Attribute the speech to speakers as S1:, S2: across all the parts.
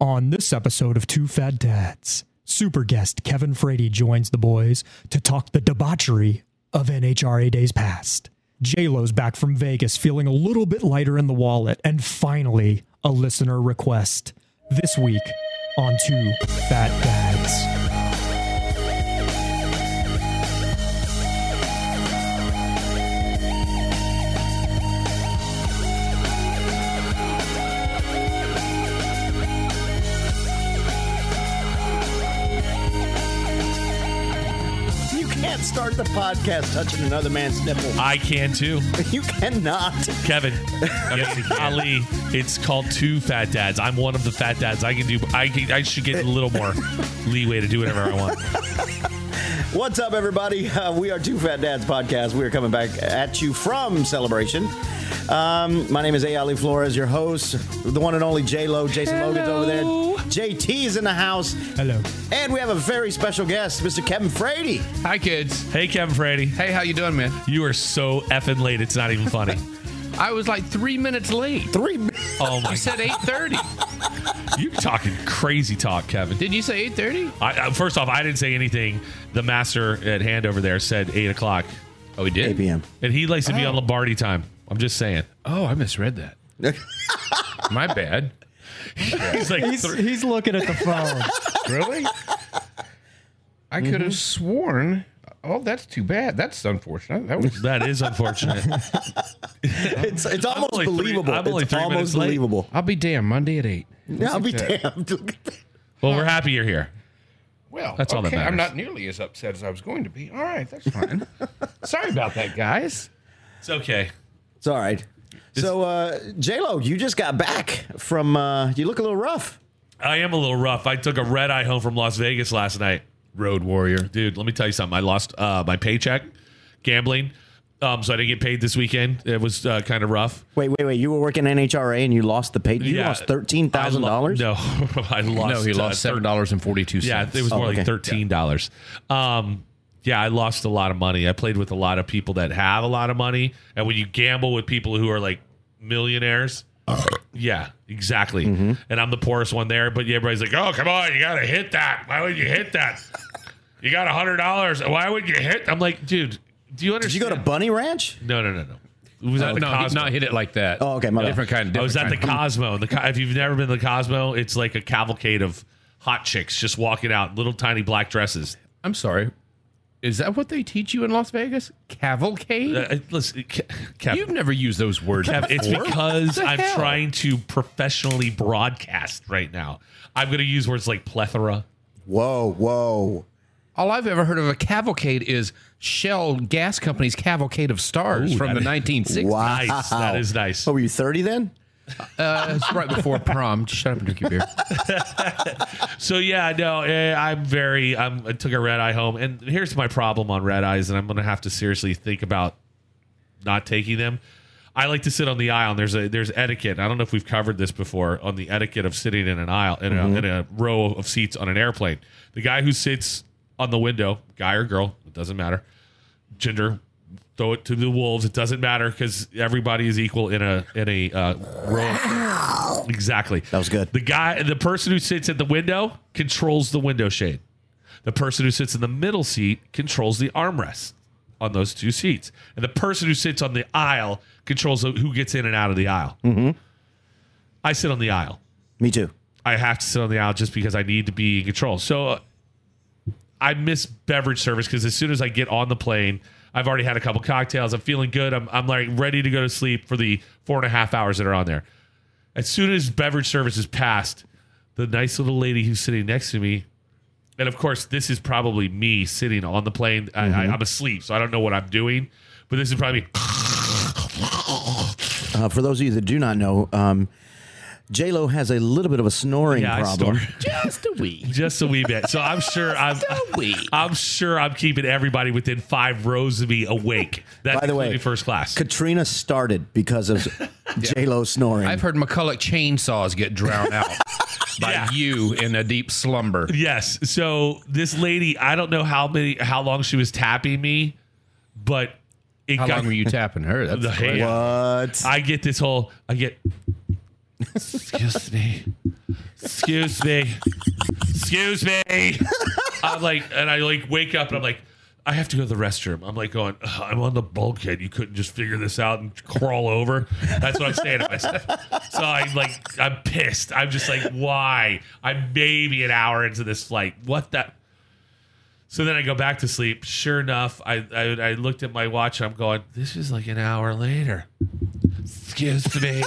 S1: On this episode of Two Fat Dads, super guest Kevin Frady joins the boys to talk the debauchery of NHRA days past. JLo's back from Vegas feeling a little bit lighter in the wallet, and finally, a listener request. This week on Two Fat Dads.
S2: You can't start the podcast touching another man's nipple.
S3: I can too,
S2: You cannot.
S3: Kevin. Yes, Ali, it's called two fat dads. I'm one of the fat dads. I can do. I can, I should get a little more leeway to do whatever I want.
S2: What's up, everybody? Uh, we are Two Fat Dads Podcast. We are coming back at you from Celebration. Um, my name is A. Ali Flores, your host, the one and only J Lo. Jason Logan's over there. JT's in the house.
S1: Hello.
S2: And we have a very special guest, Mr. Kevin Frady.
S4: Hi, kids.
S3: Hey, Kevin Frady,
S4: Hey, how you doing, man?
S3: you are so effing late. It's not even funny.
S4: I was like three minutes late.
S2: Three.
S3: Oh my!
S4: I said eight thirty.
S3: You're talking crazy talk, Kevin.
S4: Did you say eight thirty?
S3: I, I, first off, I didn't say anything. The master at hand over there said eight o'clock,
S4: Oh, we did.
S2: 8 p.m.
S3: and he likes to be on Lombardi time. I'm just saying.
S4: Oh, I misread that. My bad.
S3: He's like,
S1: He's,
S3: thr-
S1: he's looking at the phone.
S4: Really? Mm-hmm. I could have sworn. Oh, that's too bad. That's unfortunate. That was.
S3: that is unfortunate.
S2: It's, it's almost
S3: only three-
S2: believable.
S3: I'm only
S2: it's
S3: three
S2: almost
S3: minutes late.
S2: believable.
S4: I'll be damned. Monday at eight.
S2: I'll be damned.
S3: well, we're happy you're here.
S4: Well,
S3: That's all that
S4: I'm
S3: matters.
S4: not nearly as upset as I was going to be. All right, that's fine. Sorry about that, guys.
S3: It's okay.
S2: it's all right. So, uh, J Lo, you just got back from. Uh, you look a little rough.
S3: I am a little rough. I took a red eye home from Las Vegas last night. Road warrior, dude. Let me tell you something. I lost uh, my paycheck gambling, um, so I didn't get paid this weekend. It was uh, kind of rough.
S2: Wait, wait, wait! You were working NHRA and you lost the pay. You
S3: Yeah.
S2: lost thirteen thousand dollars.
S3: I lo- No, I lost.
S4: no, he
S3: uh,
S4: lost seven dollars and forty-two
S3: Yeah,
S4: cents.
S3: it was more
S2: Oh, okay.
S3: like thirteen dollars. Um, yeah, I lost a lot of money. I played with a lot of people that have a lot of money, and when you gamble with people who are like millionaires,
S2: Uh-huh.
S3: yeah, exactly.
S2: Mm-hmm.
S3: And I'm the poorest one there, but everybody's like, "Oh, come on, you gotta hit that. Why would you hit that? You got a hundred dollars. Why would you hit?" I'm like, dude, do you
S2: Did you
S3: understand?
S2: go to Bunny Ranch?
S3: no, no, no, no. It was at
S4: Oh, No,
S3: the
S4: no, he-
S3: Cosmo.
S4: not hit it like that.
S2: Oh, okay, my bad.
S4: different kind. Different
S3: I was at the
S4: kind.
S3: Cosmo. The co- if you've never been to the Cosmo, it's like a cavalcade of hot chicks just walking out, little tiny black dresses.
S4: I'm sorry. Is that what they teach you in Las Vegas? Cavalcade?
S3: Uh, listen, Ke- Kev,
S4: You've never used those words.
S3: Kev, it's
S4: before.
S3: because
S4: What the
S3: I'm
S4: hell?
S3: trying to professionally broadcast right now. I'm going to use words like plethora.
S2: Whoa, whoa!
S4: All I've ever heard of a cavalcade is Shell Gas Company's Cavalcade of Stars
S3: Ooh,
S4: from
S3: that
S4: the
S3: is-
S4: 1960s.
S2: Wow,
S3: Nice. That is nice.
S2: Oh, were you thirty then?
S4: Uh, it's right before prom. Just shut up and drink your beer.
S3: So yeah, no, eh, I'm very. I'm, I took a red eye home, and here's my problem on red eyes, and I'm going to have to seriously think about not taking them. I like to sit on the aisle, and there's a there's etiquette. I don't know if we've covered this before on the etiquette of sitting in an aisle in, a, in a row of seats on an airplane. The guy who sits on the window, guy or girl, it doesn't matter. Gender, throw it to the wolves. It doesn't matter because everybody is equal in a in a uh, row. of- exactly.
S2: That was good.
S3: The guy, the person who sits at the window controls the window shade. The person who sits in the middle seat controls the armrest on those two seats, and the person who sits on the aisle controls who gets in and out of the aisle.
S2: Mm-hmm.
S3: I sit on the aisle.
S2: Me too.
S3: I have to sit on the aisle just because I need to be in control. So uh, I miss beverage service because as soon as I get on the plane, I've already had a couple cocktails. I'm feeling good. I'm, I'm like ready to go to sleep for the four and a half hours that are on there. As soon as beverage service is passed, the nice little lady who's sitting next to me, and of course, this is probably me sitting on the plane. I, I, I'm asleep, so I don't know what I'm doing, but this is probably
S2: Uh, for those of you that do not know, um, J Lo has a little bit of a snoring
S3: yeah, I
S2: problem.
S3: snore.
S4: Just a wee.
S3: just a wee bit. So I'm sure I'm
S4: a wee.
S3: I'm sure I'm keeping everybody within five rows of me awake. That's
S2: By the way,
S3: including first class.
S2: Katrina started because of J Lo snoring.
S4: I've heard McCulloch chainsaws get drowned out by
S3: Yeah.
S4: you in a deep slumber.
S3: yes. So this lady, I don't know how many how long she was tapping me, but it
S4: How
S3: got
S4: long were you tapping her? That's
S3: the
S4: the
S3: hand.
S2: what?
S3: I get this whole I get excuse me excuse me excuse me i'm like and i like wake up and i'm like i have to go to the restroom i'm like going "Ugh, i'm on the bulkhead you couldn't just figure this out and crawl over that's what i'm saying to myself so i'm like i'm pissed i'm just like why i'm maybe an hour into this flight what the so then I go back to sleep. Sure enough, I, I I looked at my watch. I'm going, this is like an hour later. Excuse me,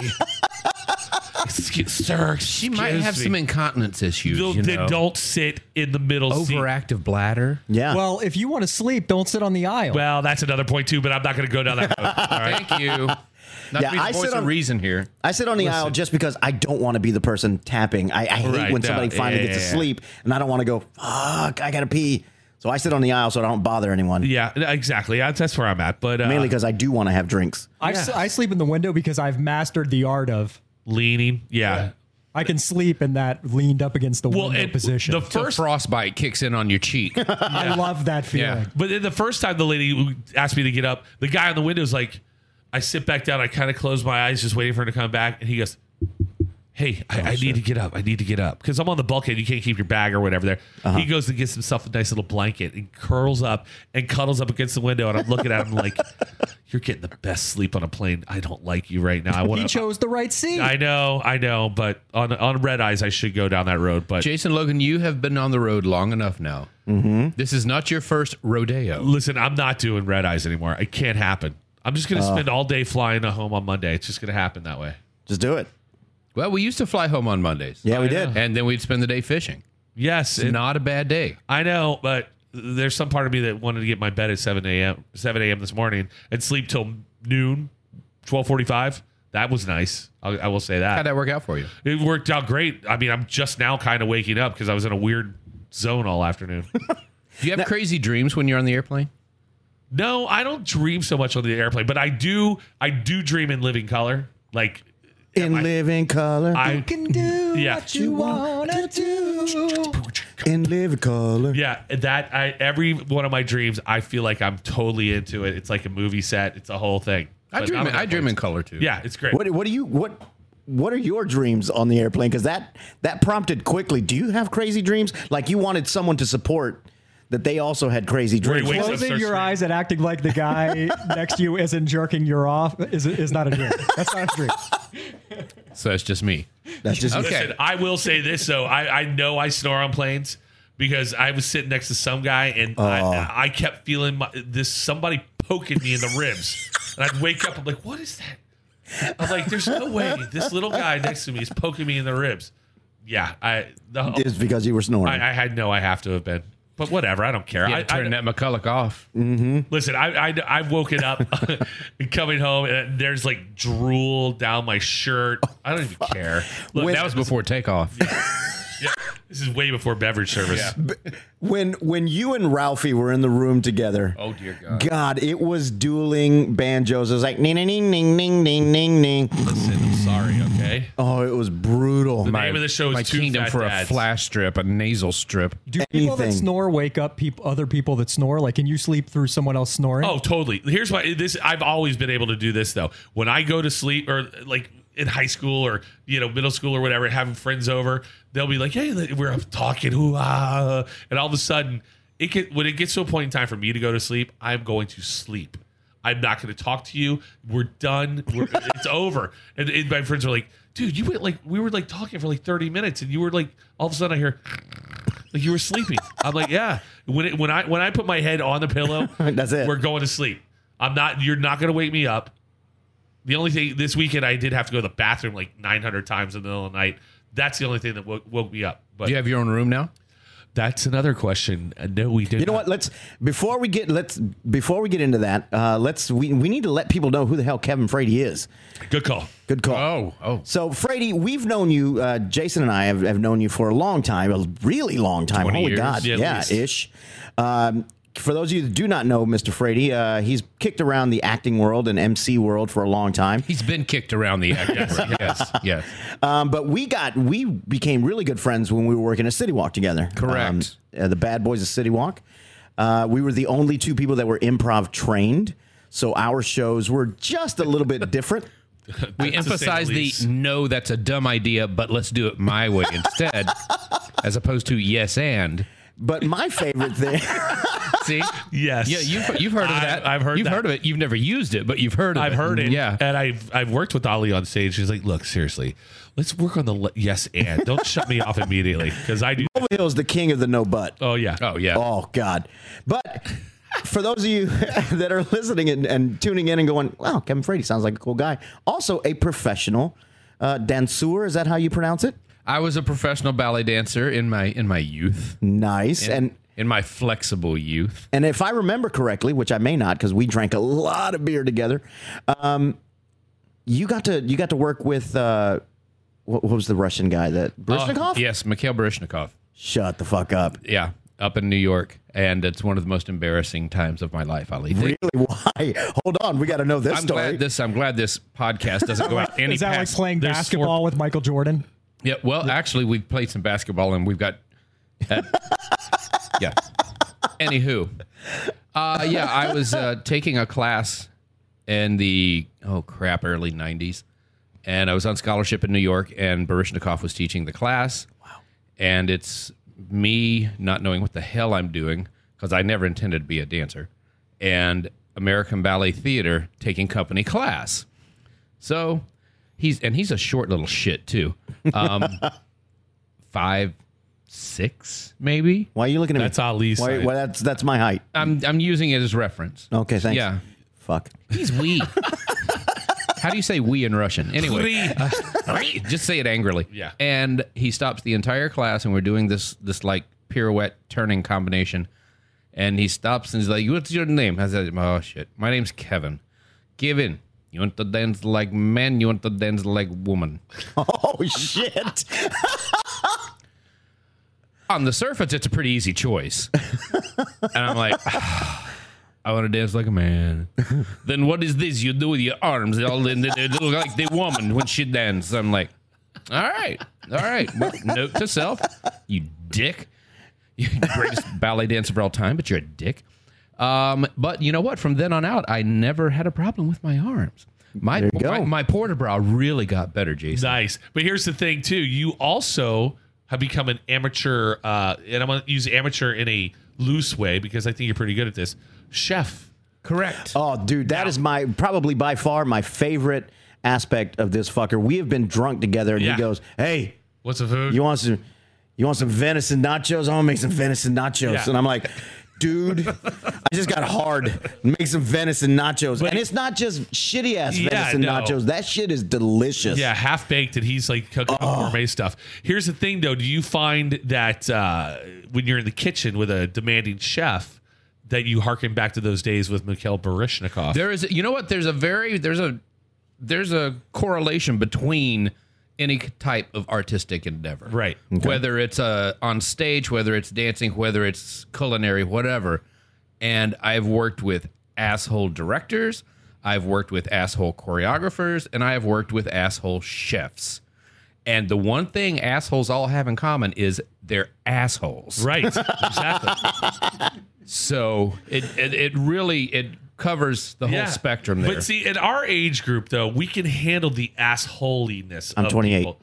S3: excuse, sir.
S5: She might have some incontinence issues.
S3: Don't,
S5: you know.
S3: don't sit in the middle seat.
S5: Overactive bladder.
S2: Yeah.
S1: Well, if you want to sleep, don't sit on the aisle.
S3: Well, that's another point too, but I'm not going to go down that road. All right.
S5: Thank you.
S2: Yeah,
S5: Not to be the
S2: I sit
S5: voice of
S2: on-
S5: reason here.
S2: I sit on the aisle just because I don't want to be the person tapping. I, I hate
S3: Right,
S2: when
S3: no,
S2: somebody finally
S3: yeah,
S2: gets
S3: yeah, yeah.
S2: asleep and I don't want to go, fuck, I got to pee. So I sit on the aisle so I don't bother anyone.
S3: Yeah, exactly. I- That's where I'm at. But uh,
S2: Mainly because I do want to have drinks.
S1: I, s- I sleep in the window because I've mastered the art of
S3: leaning. Yeah.
S1: I can sleep in that leaned up against the
S3: Well,
S1: window
S3: and
S1: position.
S3: the
S5: Till
S3: first
S5: frostbite kicks in on your cheek.
S1: I love that feeling.
S5: Yeah.
S3: But then the first time the lady who asked me to get up, the guy on the window's like, I sit back down, I kind of close my eyes, just waiting for her to come back, and he goes, "Hey,
S1: Oh,
S3: I, I need to get up. I need to get up because I'm on the bulkhead. You can't keep your bag or whatever there."
S1: Uh-huh.
S3: He goes and gets himself a nice little blanket and curls up and cuddles up against the window, and I'm looking at him like, "You're getting the best sleep on a plane. I don't like you right now. I
S1: He
S3: want to."
S1: chose the right seat.
S3: I know, I know, but on on red eyes, I should go down that road. But
S5: Jason Logan, you have been on the road long enough now. Mm-hmm. This is not your first rodeo.
S3: listen, I'm not doing red eyes anymore. It can't happen. I'm just going
S5: Oh.
S3: to spend all day flying home on Monday. It's just going to happen that way.
S2: Just do it.
S5: Well, we used to fly home on Mondays.
S2: Yeah, we did.
S5: And then we'd spend the day fishing.
S3: Yes,
S5: It's
S3: and
S5: not a bad day.
S3: I know, but there's some part of me that wanted to get my bed at 7 a.m. 7 a.m. this morning and sleep till noon, 12:45. That was nice. I, I will say
S5: How'd
S3: that
S5: that work out for you?
S3: it worked out great. I mean, I'm just now kind of waking up because I was in a weird zone all afternoon.
S5: Do you have crazy dreams when you're on the airplane?
S3: No, I don't dream so much on the airplane, but I do. I do dream in living color. Like
S2: In living color.
S3: I
S1: can do
S3: Yeah.
S1: what you want to do.
S2: in living color.
S3: Yeah, that I every one of my dreams, I feel like I'm totally into it. It's like a movie set. It's a whole thing.
S5: I
S3: But
S5: dream,
S3: not on
S5: I dream
S3: Netflix.
S5: in color too.
S3: Yeah, it's great.
S2: What what do you what what are your dreams on the airplane? Because that that prompted quickly. Do you have crazy dreams? Like you wanted someone to support that they also had crazy
S3: Where he
S2: dreams.
S3: wakes up,
S1: Closing
S3: starts
S1: your
S3: screaming.
S1: eyes and acting like the guy next to you isn't jerking you off is, is not a dream. That's not a dream.
S5: So that's just me.
S2: That's just
S5: Okay.
S3: Listen, I will say this though. I, I know I snore on planes because I was sitting next to some guy and I, I kept feeling my, this somebody poking me in the ribs, and I'd wake up. I'm like, what is that? I'm like, there's no way this little guy next to me is poking me in the ribs. Yeah, I the, whole-
S2: It's because you were snoring.
S3: I, I had no. I have to have been. But whatever, I don't care.
S5: Yeah,
S3: I,
S5: turn
S3: I,
S5: that McCulloch off.
S3: Listen, I, I I've woken up, and coming home, and there's like drool down my shirt. I don't even care. Look,
S5: that was before takeoff.
S3: yeah, this is way before beverage service.
S2: when when you and Ralphie were in the room together.
S5: Oh dear God.
S2: God, it was dueling banjos. It was like ning ning ning ning ning ning ning ning.
S3: Listen, I'm sorry. Okay,
S2: Oh, it was brutal.
S3: name of the show is
S5: my
S3: Two
S5: kingdom
S3: Fat
S5: for
S3: Dads.
S5: a flash strip, a nasal strip.
S1: Do people that
S2: Anything.
S1: snore wake up peop other people that snore? Like, can you sleep through someone else snoring?
S3: Oh, totally. Here's why this I've always been able to do this though. When I go to sleep or like in high school or you know middle school or whatever, having friends over, they'll be like, "Hey, we're up talking, ooh, ah," and all of a sudden, it can, when it gets to a point in time for me to go to sleep, I'm going to sleep. I'm not going to talk to you. We're done. We're, it's over. And, and my friends are like, "Dude, you went like we were like talking for like 30 minutes, and you were like all of a sudden I hear." Like you were sleeping. I'm like, yeah. When it, when I when I put my head on the pillow,
S2: That's it.
S3: We're going to sleep. I'm not. You're not going to wake me up. The only thing this weekend I did have to go to the bathroom like 900 times in the middle of the night. That's the only thing that woke, woke me up. But
S5: Do you have your own room now?
S3: that's another question. Uh, No, we didn't.
S2: You know what? Let's before we get let's before we get into that, uh, let's we, we need to let people know who the hell Kevin Frady is.
S3: Good call.
S2: Good call.
S5: Oh, oh.
S2: So, Frady, we've known you, uh, Jason and I have, have known you for a long time, a really long time.
S5: 20
S2: Holy
S5: years,
S2: God.
S3: yeah,
S2: Yeah,
S3: at least.
S2: ish. Um, for those of you that do not know Mr. Frady, uh, he's kicked around the acting world and MC world for a long time.
S5: He's been kicked around the acting room. Yes, yes.
S2: Um, but we got we became really good friends when we were working at City Walk together.
S5: Correct.
S2: Um, uh, the Bad Boys of City Walk. Uh, we were the only two people that were improv trained, so our shows were just a little bit different.
S5: We emphasize the, no, that's a dumb idea, but let's do it my way instead, as opposed to yes and.
S2: But my favorite thing,
S5: See,
S3: yes.
S5: yeah, you've you've heard of
S3: I-
S5: that.
S3: I've heard
S5: you've
S3: that.
S5: heard of it. You've never used it, but you've heard of
S3: I've
S5: it.
S3: heard it. Uh,
S5: Yeah,
S3: And I've I've worked with Ali on stage. She's like, look, seriously, let's work on the le- yes and. Don't shut me off immediately because I do.
S2: Over Hill is the king of the no but.
S3: Oh yeah.
S5: oh yeah.
S2: Oh God! But for those of you that are listening and, and tuning in and going, "Wow, Kevin Frady sounds like a cool guy," also a professional uh, danseur. Is that how you pronounce it?
S5: I was a professional ballet dancer in my in my youth,
S2: Nice. and
S5: in my flexible youth.
S2: and if I remember correctly, which I may not, because we drank a lot of beer together, um, you got to you got to work with uh, what, what was the Russian guy
S3: Uh,
S2: that Brishnikov?
S5: Oh, yes, Mikhail Baryshnikov.
S2: Shut the fuck up!
S5: Yeah, up in New York, and it's one of the most embarrassing times of my life. Ali, Thank-
S2: Really? Why? Hold on, we got to know this
S5: I'm
S2: story.
S5: glad this. I'm glad this podcast doesn't go out any.
S1: Is that like
S5: past-
S1: playing
S5: there's
S1: basketball with Michael Jordan?
S5: Four, yeah. Well, actually, we've played some basketball, and we've got. uh, yeah. Anywho, uh, yeah, I was uh, taking a class in the oh crap early '90s, and I was on scholarship in New York, and Baryshnikov was teaching the class. Wow. And it's me not knowing what the hell I'm doing because I never intended to be a dancer, and American Ballet Theater taking company class. So he's and he's a short little shit too, um, five, six maybe.
S2: Why are you looking at
S3: That's
S2: me?
S3: Ali's
S2: Why,
S3: side.
S2: why, that's that's my height.
S5: I'm I'm using it as reference.
S2: Okay, thanks.
S5: Yeah.
S2: Fuck.
S5: He's we. How do you say we in Russian? Anyway, just say it angrily.
S3: Yeah.
S5: And he stops the entire class, and we're doing this this like pirouette turning combination. And he stops and he's like, "What's your name?" I said, "Oh shit, my name's Kevin. Kevin, you want to dance like man? You want to dance like woman?"
S2: Oh shit!
S5: on the surface, it's a pretty easy choice. and I'm like, I want to dance like a man. then what is this you do with your arms? They all in they look like the woman when she dances. I'm like, all right, all right. Well, note to self, you dick. You're the greatest ballet dancer of all time, but you're a dick. Um, but you know what? From then on out, I never had a problem with my arms. My
S2: you go.
S5: my, my porter bra really got better, Jason.
S3: Nice. But here's the thing, too. You also have become an amateur, uh, and I'm going to use amateur in a loose way because I think you're pretty good at this. Chef.
S5: Correct.
S2: Oh, dude, that is my probably by far my favorite aspect of this fucker. We have been drunk together, and
S3: Yeah.
S2: he goes, "Hey,
S3: What's the food?
S2: you want some? You want some venison nachos? I'm gonna make some venison nachos."
S3: Yeah.
S2: And I'm like, "Dude, I just got hard. Make some venison nachos." and it's not just shitty ass
S3: Yeah,
S2: venison
S3: no.
S2: nachos. That shit is delicious.
S3: yeah, half baked, and he's like cooking up
S2: Oh.
S3: gourmet stuff. Here's the thing, though. Do you find that uh, when you're in the kitchen with a demanding chef, that you harken back to those days with Mikhail Baryshnikov?
S5: There is, you know what? There's a very there's a there's a correlation between any type of artistic endeavor,
S3: Right.
S5: Whether it's uh, on stage, whether it's dancing, whether it's culinary, whatever. And I've worked with asshole directors, I've worked with asshole choreographers, and I have worked with asshole chefs. And the one thing assholes all have in common is they're assholes.
S3: right. Exactly.
S5: So it, it it really it covers the whole spectrum there.
S3: But see, in our age group, though, we can handle the assholiness.
S2: I'm
S3: of
S2: 28.
S3: people.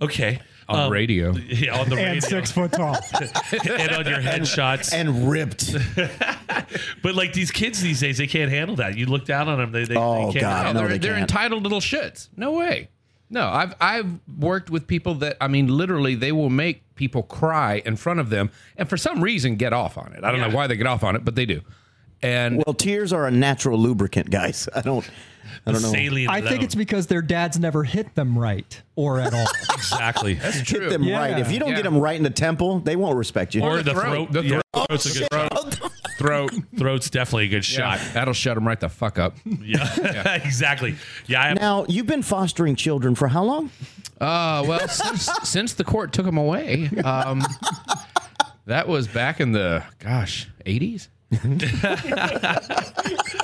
S3: Okay.
S5: on
S3: Um,
S5: radio.
S3: yeah, on the radio
S1: And six foot tall.
S3: and on your headshots.
S2: and ripped.
S3: but like these kids these days, they can't handle that. You look down on them, they, they,
S2: Oh,
S3: they can't.
S2: God.
S3: handle
S5: No,
S2: No,
S5: they're,
S2: they
S5: they're
S2: can't.
S5: entitled little shits. No way. No, I've I've worked with people that I mean, literally, they will make people cry in front of them, and for some reason, get off on it. I don't
S3: Yeah.
S5: know why they get off on it, but they do. And
S2: Well, tears are a natural lubricant, guys. I don't. I don't know.
S3: Salient
S1: I think
S3: alone.
S1: it's because their dads never hit them right or at all.
S3: exactly.
S2: Hit them
S1: Yeah.
S2: right. If you don't
S5: Yeah.
S2: get them right in the temple, they won't respect you.
S3: or
S5: the
S3: the throat.
S5: throat. The
S3: yeah,
S5: throat.
S3: throat's a good shot.
S5: throat
S3: Throat's definitely a good
S5: shot.
S3: shot.
S5: That'll shut them right the fuck up.
S3: Yeah, exactly. Yeah, I have,
S2: Now, you've been fostering children for how long?
S5: Uh, well, since since the court took them away, um, that was back in the gosh eighties.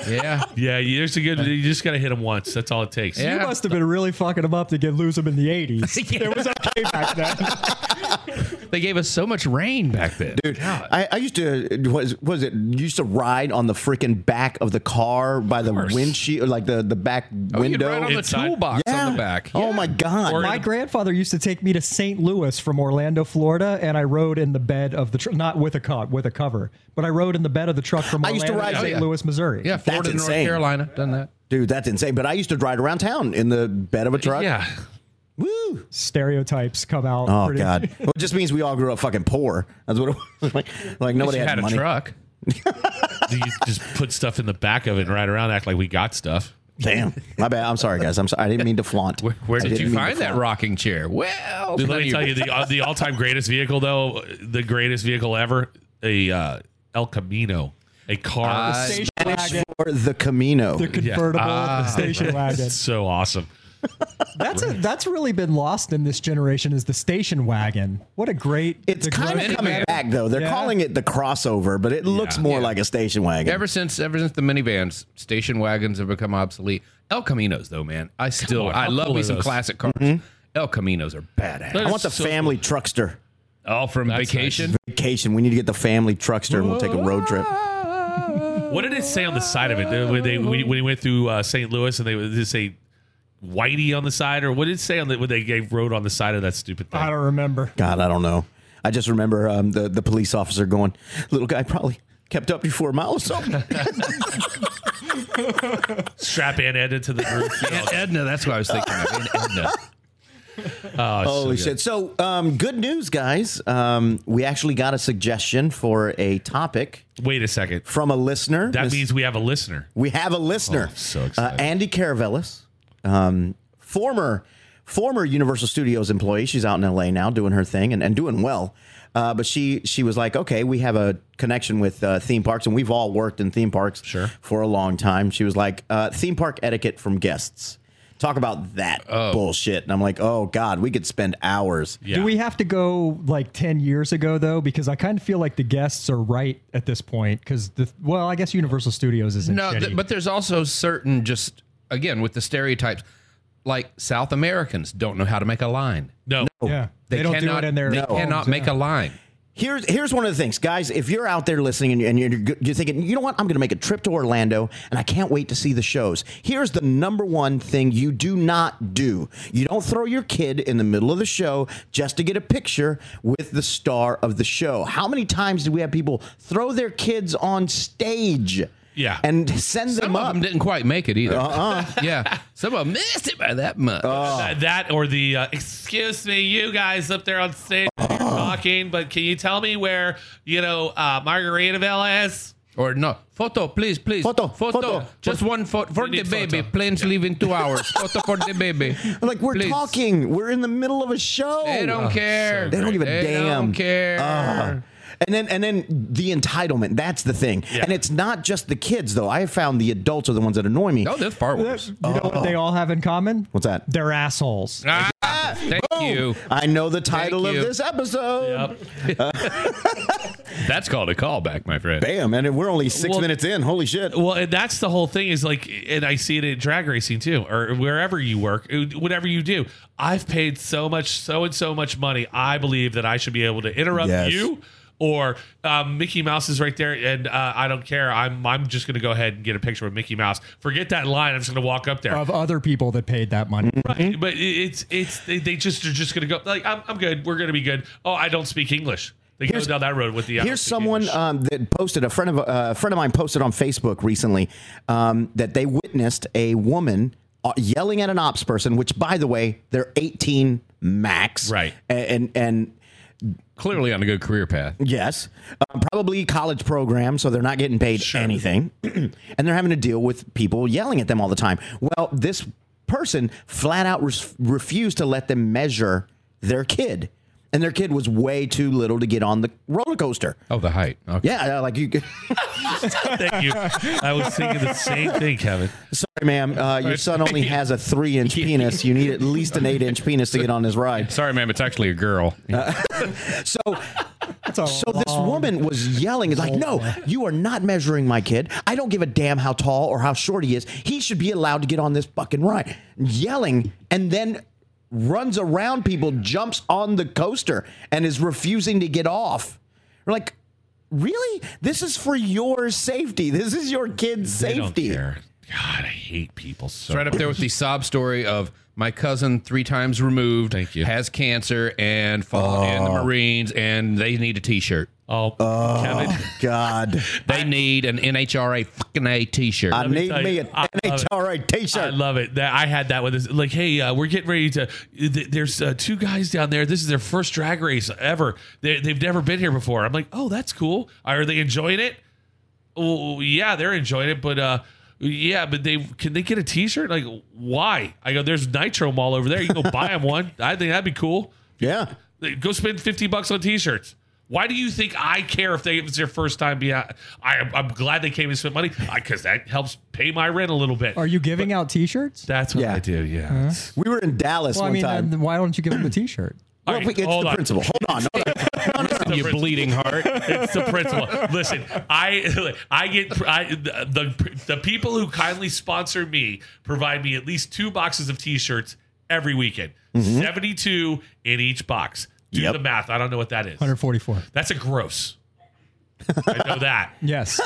S5: yeah,
S3: yeah. There's a good. You just gotta hit them once. That's all it takes.
S5: Yeah.
S1: You must have been really fucking them up to get lose them in the 80s. It was okay back then.
S5: they they gave us so much rain back then.
S2: Dude, I, I used to was was it used to ride on the freaking back of the car by the windshield, like the the back
S5: Oh, you'd
S2: window.
S5: ride on
S3: Inside.
S5: the toolbox on the back.
S2: Oh my god!
S3: Or-
S2: My-
S1: My grandfather used to take me to St. Louis from Orlando, Florida, and I rode in the bed of the truck, not with a cot, with a cover, but I rode in the bed of the truck from
S2: I used
S1: Orlando
S2: to
S1: to,
S2: ride-
S1: St.
S5: oh, yeah.
S1: Louis, Missouri.
S5: Yeah, Florida, and North
S2: insane.
S5: Carolina done that.
S2: Dude, that's insane. But I used to ride around town in the bed of a truck.
S3: Yeah.
S2: Woo.
S1: Stereotypes come out.
S2: Oh
S1: pretty-
S2: god. well, it just means we all grew up fucking poor. That's what it was. like, like nobody
S5: She
S2: had,
S5: had a
S2: money.
S5: truck.
S3: Do you just put stuff in the back of it and ride around, act like we got stuff.
S2: Damn. My bad. I'm sorry guys. I'm sorry. I didn't mean to flaunt.
S5: Where, where
S2: I
S5: did
S2: didn't
S5: you
S2: mean to
S5: find that
S2: flaunt.
S5: rocking chair? Well,
S3: Dude, let
S5: none
S3: me
S5: of
S3: tell you the uh, the all time greatest vehicle though, the greatest vehicle ever, a uh, El Camino, a car.
S5: Uh,
S1: Station
S2: Spanish
S1: wagon,
S2: for the Camino.
S1: the convertible
S5: Ah,
S1: station wagon.
S3: It's so awesome.
S1: That's a, that's really been lost in this generation is the station wagon. What a great
S2: It's
S1: the
S2: kind
S1: growth-
S2: of coming
S5: minivan.
S2: back though. They're
S1: Yeah.
S2: calling it the crossover, but it looks more like a station wagon.
S5: Ever since ever since the minivans, station wagons have become obsolete. El Caminos, though, man, I still
S3: on,
S5: I
S3: how
S5: love
S3: cool
S5: me
S3: are
S5: some
S3: those?
S5: classic cars. El Caminos are badass.
S2: Mm-hmm. I want the
S3: So-
S2: family truckster
S5: All from vacation.
S2: vacation. We need to get the family truckster and we'll take a road trip.
S3: What did it say on the side of it Uh, when they when when he went through uh, St. Louis and they would just say Whitey on the side, or what did it say on the, when they gave road on the side of that stupid thing?
S1: I don't remember.
S2: God, I don't know. I just remember um, the the police officer going, "Little guy probably kept up you for a mile or something."
S3: Strap Aunt Edna to the roof. you know.
S5: Aunt Edna, that's what I was thinking of. Aunt Edna.
S3: Oh, it's so
S2: Holy
S3: good.
S2: shit! So, um, good news, guys. Um, we actually got a suggestion for a topic
S3: Wait a second.
S2: from a listener.
S3: That
S2: This-
S3: means we have a listener.
S2: we have a listener,
S3: Oh, so excited.
S2: Uh, Andy Caravellis, um, former former Universal Studios employee. She's out in L.A. now doing her thing and, and doing well. Uh, but she she was like, okay, we have a connection with uh, theme parks, and we've all worked in theme parks
S3: Sure.
S2: for a long time. She was like, uh, theme park etiquette from guests. Talk about that bullshit. And I'm like, oh god, we could spend hours.
S3: Yeah.
S1: Do we have to go like 10 years ago though because I kind of feel like the guests are right at this point cuz the well I guess Universal Studios isn't
S5: No, th-
S1: shitty.
S5: but there's also certain just again with the stereotypes, like South Americans don't know how to make a line.
S3: No.
S1: yeah. They, don't
S5: cannot,
S1: do it in their
S5: Oh, They
S1: homes,
S5: cannot make
S1: yeah.
S5: a line.
S2: Here's here's one of the things, guys. If you're out there listening and, and you're, you're thinking, you know what, I'm going to make a trip to Orlando, and I can't wait to see the shows. Here's the number one thing you do not do: you don't throw your kid in the middle of the show just to get a picture with the star of the show. How many times do we have people throw their kids on stage?
S3: Yeah.
S2: and send
S5: Some
S2: them
S5: of
S2: up.
S5: them didn't quite make it either.
S2: Uh-huh.
S5: yeah, some of them missed it by that much.
S2: Uh,
S3: That, that or the uh, excuse me, you guys up there on stage you're talking, but can you tell me where you know uh, Margaritaville is?
S5: Or no, photo, please, please,
S2: Photo,
S5: photo,
S2: photo.
S5: just one photo for
S3: We
S5: the
S3: need
S5: baby.
S3: photo.
S5: Planes leave in two hours. photo for the baby.
S2: like we're
S5: Please.
S2: talking, we're in the middle of a show.
S5: They don't
S3: Oh,
S5: care.
S2: They don't give a damn.
S5: Don't care.
S2: Ugh. and then and then the entitlement. That's the thing.
S3: Yeah.
S2: And it's not just the kids though. I have found the adults are the ones that annoy me.
S5: no, they're far worse.
S1: You know what they all have in common?
S2: Oh. What's that?
S1: They're assholes.
S5: Ah, thank you.
S2: I know the title of
S5: you.
S2: this episode.
S5: That's called a callback, my friend.
S2: Bam, and we're only six
S3: Well-
S2: minutes in. Holy shit.
S3: Well, and that's the whole thing is like, and I see it in drag racing too, or wherever you work, uh, whatever you do. I've paid so much, so and so much money. I believe that I should be able to interrupt
S2: Yes.
S3: you. Or um, Mickey Mouse is right there, and uh, I don't care. I'm I'm just gonna go ahead and get a picture with Mickey Mouse. Forget that line. I'm just gonna walk up there.
S1: Of other people that paid that money.
S2: Mm. Hmm?
S3: Right, but it- it's it's they, they just are just gonna go like I'm, I'm good. We're gonna be good. Oh, I don't speak English. They
S2: Here's-
S3: go down that road with the. I don't
S2: Here's
S3: speak
S2: someone
S3: English.
S2: um, that posted a friend of uh, a friend of mine posted on Facebook recently um, that they witnessed a woman uh, yelling at an ops person, which by the way, they're 18 max,
S3: Right.
S2: And and,
S5: Clearly on a good career path.
S2: Yes, um, probably college program, so they're not getting paid anything, and they're having to deal with people yelling at them all the time. Well, this person flat out res- refused to let them measure their kid, and their kid was way too little to get on the roller coaster.
S5: Oh, the height. Okay.
S2: Yeah, uh, like you.
S3: Thank you.
S2: uh,
S3: I was thinking the same thing, Kevin.
S2: Sorry, ma'am, uh, your son only has a three-inch penis. You need at least an eight-inch penis to get on this ride.
S5: Sorry, ma'am. It's actually a girl.
S2: So,
S1: That's a
S2: so this
S1: long-
S2: woman was yelling, "It's like, no, you are not measuring my kid. I don't give a damn how tall or how short he is. He should be allowed to get on this fucking ride." Yelling, and then runs around people, jumps on the coaster, and is refusing to get off. We're like, really? This is for your safety. This is your kid's
S3: They don't
S2: safety.
S3: care. God, I hate people so.
S5: It's right up there with the sob story of my cousin three times removed
S3: Thank you.
S5: has cancer and fought in
S2: Oh.
S5: the Marines and they need a t-shirt.
S3: Oh,
S2: Uh,
S3: Kevin,
S2: God,
S5: They need an NHRA fucking A t-shirt.
S2: I
S3: me
S2: need
S3: tell
S2: me
S3: you,
S2: an
S3: I love it.
S2: NHRA
S3: I
S2: T-shirt.
S3: love it. That I had that with this. Like, hey, uh, we're getting ready to. th- There's uh, two guys down there. This is their first drag race ever. They, they've never been here before. I'm like, oh, that's cool. Are they enjoying it? Oh, yeah, they're enjoying it. But uh, yeah, but they can they get a T-shirt? Like, why? I go, there's Nitro Mall over there. You can go buy them one. I think that'd be cool.
S2: yeah.
S3: They- Go spend fifty bucks on T-shirts. Why do you think I care if they if it's their first time? Be I, I I'm glad they came and spent money because that helps pay my rent a little bit.
S1: Are you giving out T-shirts?
S3: That's what
S2: Yeah.
S3: I do. Yeah. It's-
S2: We were in Dallas
S1: Well, I
S2: one
S1: mean,
S2: time.
S1: then why don't you give them a T-shirt?
S2: Well,
S3: All right,
S2: we- it's
S3: hold
S2: the
S3: on.
S2: principle. Hold on. Hold on.
S3: It's the
S5: you
S3: principle.
S5: bleeding heart.
S3: It's the principle. Listen, I I get I, the the people who kindly sponsor me provide me at least two boxes of T-shirts every weekend. Seventy-two in each box. Do
S2: Mm-hmm. Yep.
S3: the math. I don't know what that is.
S1: 144.
S3: That's a gross. I know that.
S1: Yes,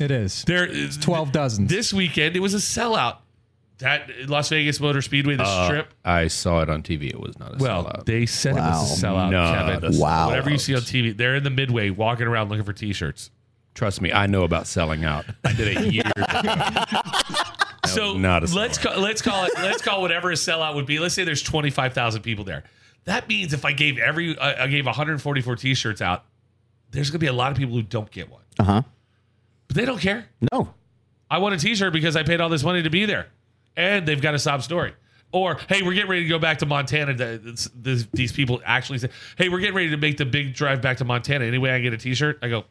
S1: it is.
S3: There is
S1: 12 dozens.
S3: This weekend it was a sellout. That Las Vegas Motor Speedway, this trip.
S5: I saw it on TV. It was not a
S3: Well,
S5: sellout.
S3: they said it was a sellout,
S5: Not
S3: Kevin.
S5: a
S2: Wow.
S3: Whatever you see on TV, they're in the midway walking around looking for T-shirts.
S5: Trust me, I know about selling out. I did it years ago.
S3: so
S5: not a
S3: let's call, let's call it let's call whatever a sellout would be. Let's say there's twenty five thousand people there. That means if I gave every I I gave 144 T-shirts out, there's gonna be a lot of people who don't get one. Uh huh. But they don't care.
S2: No.
S3: I want a T-shirt because I paid all this money to be there, and they've got a sob story. Or hey, we're getting ready to go back to Montana. The- this- this- These people actually say, "Hey, we're getting ready to make the big drive back to Montana. Any way I can get a T-shirt?" I go,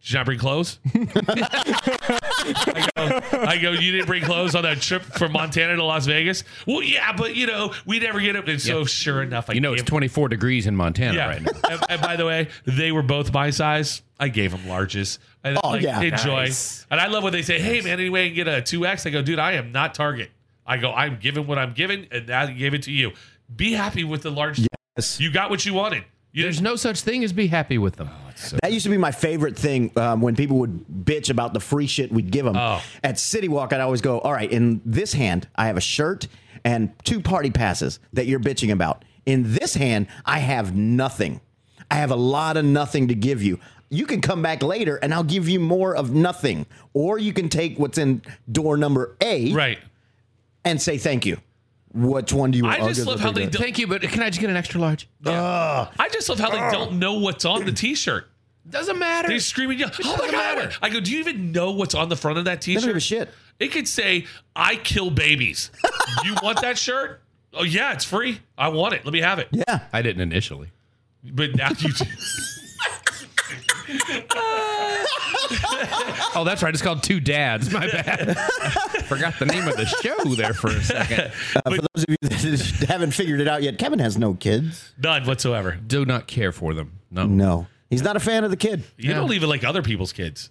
S3: "Did you not bring clothes?" I, go, I go, "You didn't bring clothes on that trip from Montana to Las Vegas?" Well, yeah, but you know, we never get it. And so, sure enough, I
S5: You know, it's
S3: gave-
S5: 24 degrees in Montana right now.
S3: and, and by the way, they were both my size. I gave them larges. And
S2: Oh,
S3: like,
S2: yeah.
S3: enjoy.
S5: Nice.
S3: And I love when they say, "Hey man, anyway, I can get a two X." I go, "Dude, I am not Target." I go, "I'm giving what I'm giving, and I gave it to you. Be happy with the large.
S2: Yes.
S3: You got what you wanted. You
S5: There's
S3: didn't-
S5: no such thing as be happy with them.
S2: That used to be my favorite thing um, when people would bitch about the free shit we'd give them.
S3: Oh.
S2: At City Walk, I'd always go, all right, in this hand, I have a shirt and two party passes that you're bitching about. In this hand, I have nothing. I have a lot of nothing to give you. You can come back later and I'll give you more of nothing. Or you can take what's in door number A
S3: right.
S2: and say thank you. Which one do you want?
S3: I just love how they don't.
S5: Thank you, but can I just get an extra large?
S3: I just love how they don't know what's on the T-shirt.
S5: Doesn't matter.
S3: They scream and yell. Oh my
S5: doesn't
S3: god!
S5: matter.
S3: I go, "Do you even know what's on the front of that T-shirt?"
S2: don't give a shit.
S3: It could say, "I kill babies." you want that shirt? Oh yeah, it's free. I want it. Let me have it.
S2: Yeah.
S5: I didn't initially.
S3: But now you do.
S5: Oh, that's right. It's called Two Dads. My bad. Forgot the name of the show there for a second.
S2: Uh, For those of you that haven't figured it out yet, Kevin has no kids.
S3: none whatsoever.
S5: Do not care for them. No.
S2: No. He's not a fan of the kid.
S3: You don't even like other people's kids.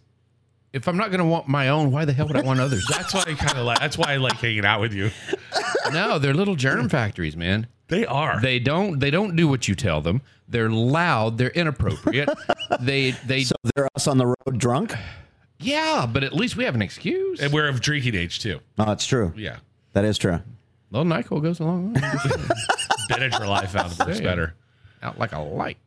S5: If I'm not going to want my own, why the hell would I want others?
S3: That's why I kind of like. That's why I like hanging out with you.
S5: no, they're little germ factories, man.
S3: They are.
S5: They don't. They don't do what you tell them. They're loud. They're inappropriate. they. They.
S2: So they're us on the road drunk.
S5: yeah, but at least we have an excuse.
S3: and we're of drinking age too.
S2: Oh, it's true.
S3: Yeah,
S2: That is true.
S5: Little Nyquil goes a long way.
S3: Benadryl I found works
S5: Damn.
S3: better.
S5: Out like a light.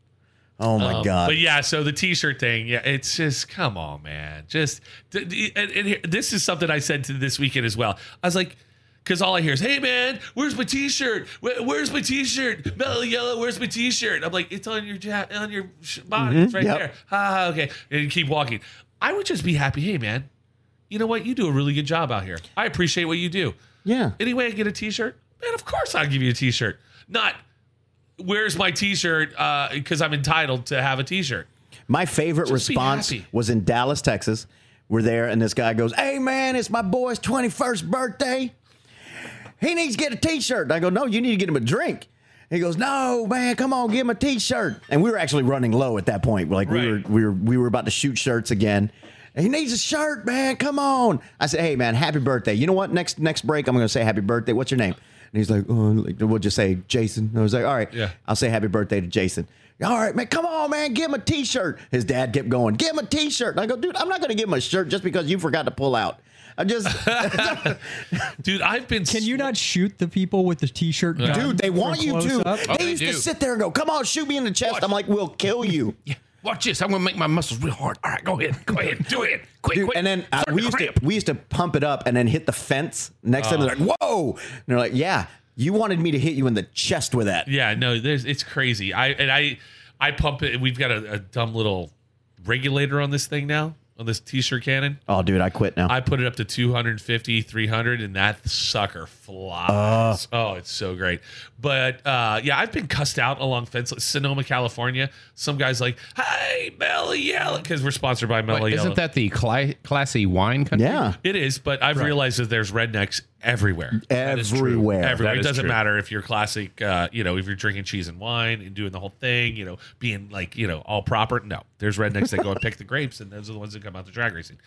S2: Oh my
S3: Um,
S2: god.
S3: But yeah, so the T-shirt thing, yeah, it's just come on, man. Just d- d- and, and here- this is something I said to this weekend as well. I was like, because all I hear is, "Hey, man, where's my T-shirt? Where- where's my T-shirt? Mellow yellow, where's my T-shirt?" I'm like, "It's on your ja- on your sh- body, it's right
S2: yep.
S3: there." Ah, okay, and you keep walking. I would just be happy. Hey, man, you know what? You do a really good job out here. I appreciate what you do.
S2: Yeah.
S3: Anyway, I get a T-shirt. Man, of course I'll give you a T-shirt. Not where's my T-shirt because I'm entitled to have a T-shirt.
S2: My favorite
S3: Just be
S2: response
S3: happy.
S2: was in Dallas, Texas. We're there, and this guy goes, "Hey man, it's my boy's twenty-first birthday. He needs to get a T-shirt." And I go, "No, you need to get him a drink." He goes, "No, man, come on, give him a T-shirt." And we were actually running low at that point. We're like, we were
S3: Right.
S2: we were we were about to shoot shirts again. He needs a shirt, man. Come on. I said, "Hey man, happy birthday." You know what? Next next break, I'm going to say happy birthday. What's your name? And he's like, oh, like, we'll just say Jason. And I was like, all right,
S3: Yeah.
S2: I'll say happy birthday to Jason. All right, man, come on, man, give him a T-shirt. His dad kept going, give him a T-shirt. And I go, dude, I'm not going to give him a shirt just because you forgot to pull out. I just,
S3: dude. I've been.
S1: Can you not shoot the people with the t-shirt? gun
S2: dude, they
S1: from
S2: want you
S1: close
S2: to.
S1: up?
S5: Oh,
S2: they
S5: they
S2: used to
S5: do.
S2: sit there and go, come on, shoot me in the chest. I'm like, we'll kill you.
S5: Yeah. Watch this. I'm gonna make my muscles real hard. All right, go ahead. Go ahead. Do it. Quick,
S2: Dude,
S5: quick.
S2: and then uh,
S5: Starting
S2: we
S5: to
S2: used to
S5: cramp.
S2: we used to pump it up and then hit the fence next time. They're
S3: Uh.
S2: like, "Whoa!" And they're like, "Yeah, you wanted me to hit you in the chest with that."
S3: Yeah, no, there's it's crazy. I and I I pump it. We've got a, a dumb little regulator on this thing now on this t-shirt cannon.
S2: Oh, dude, I quit now.
S3: I put it up to 250, 300, and that sucker flies. oh, it's so great. But uh, yeah, I've been cussed out along fence, Sonoma, California. Some guy's like, "Hey, Mellow Yellow," because we're sponsored by Mellow
S5: Wait,
S3: Yellow.
S5: isn't that the cli- classy wine country?
S2: yeah,
S3: it is, but I've realized that there's rednecks everywhere.
S5: is true.
S2: everywhere.
S3: everywhere.
S5: That
S3: It
S5: is
S3: doesn't
S5: true.
S3: matter if you're classic, uh, you know, if you're drinking cheese and wine and doing the whole thing, you know, being like, you know, all proper. No, there's rednecks that go and pick the grapes, and those are the ones that come out to drag racing.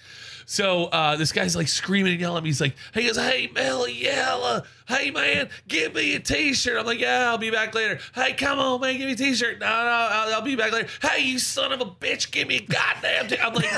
S3: So uh, this guy's like screaming and yelling at me. He's like, he goes, hey, Melly Yella, hey, man, give me a t shirt. I'm like, yeah, I'll be back later. Hey, come on, man, give me a t shirt. No, no, I'll, I'll be back later. Hey, you son of a bitch, give me a goddamn t-" I'm like,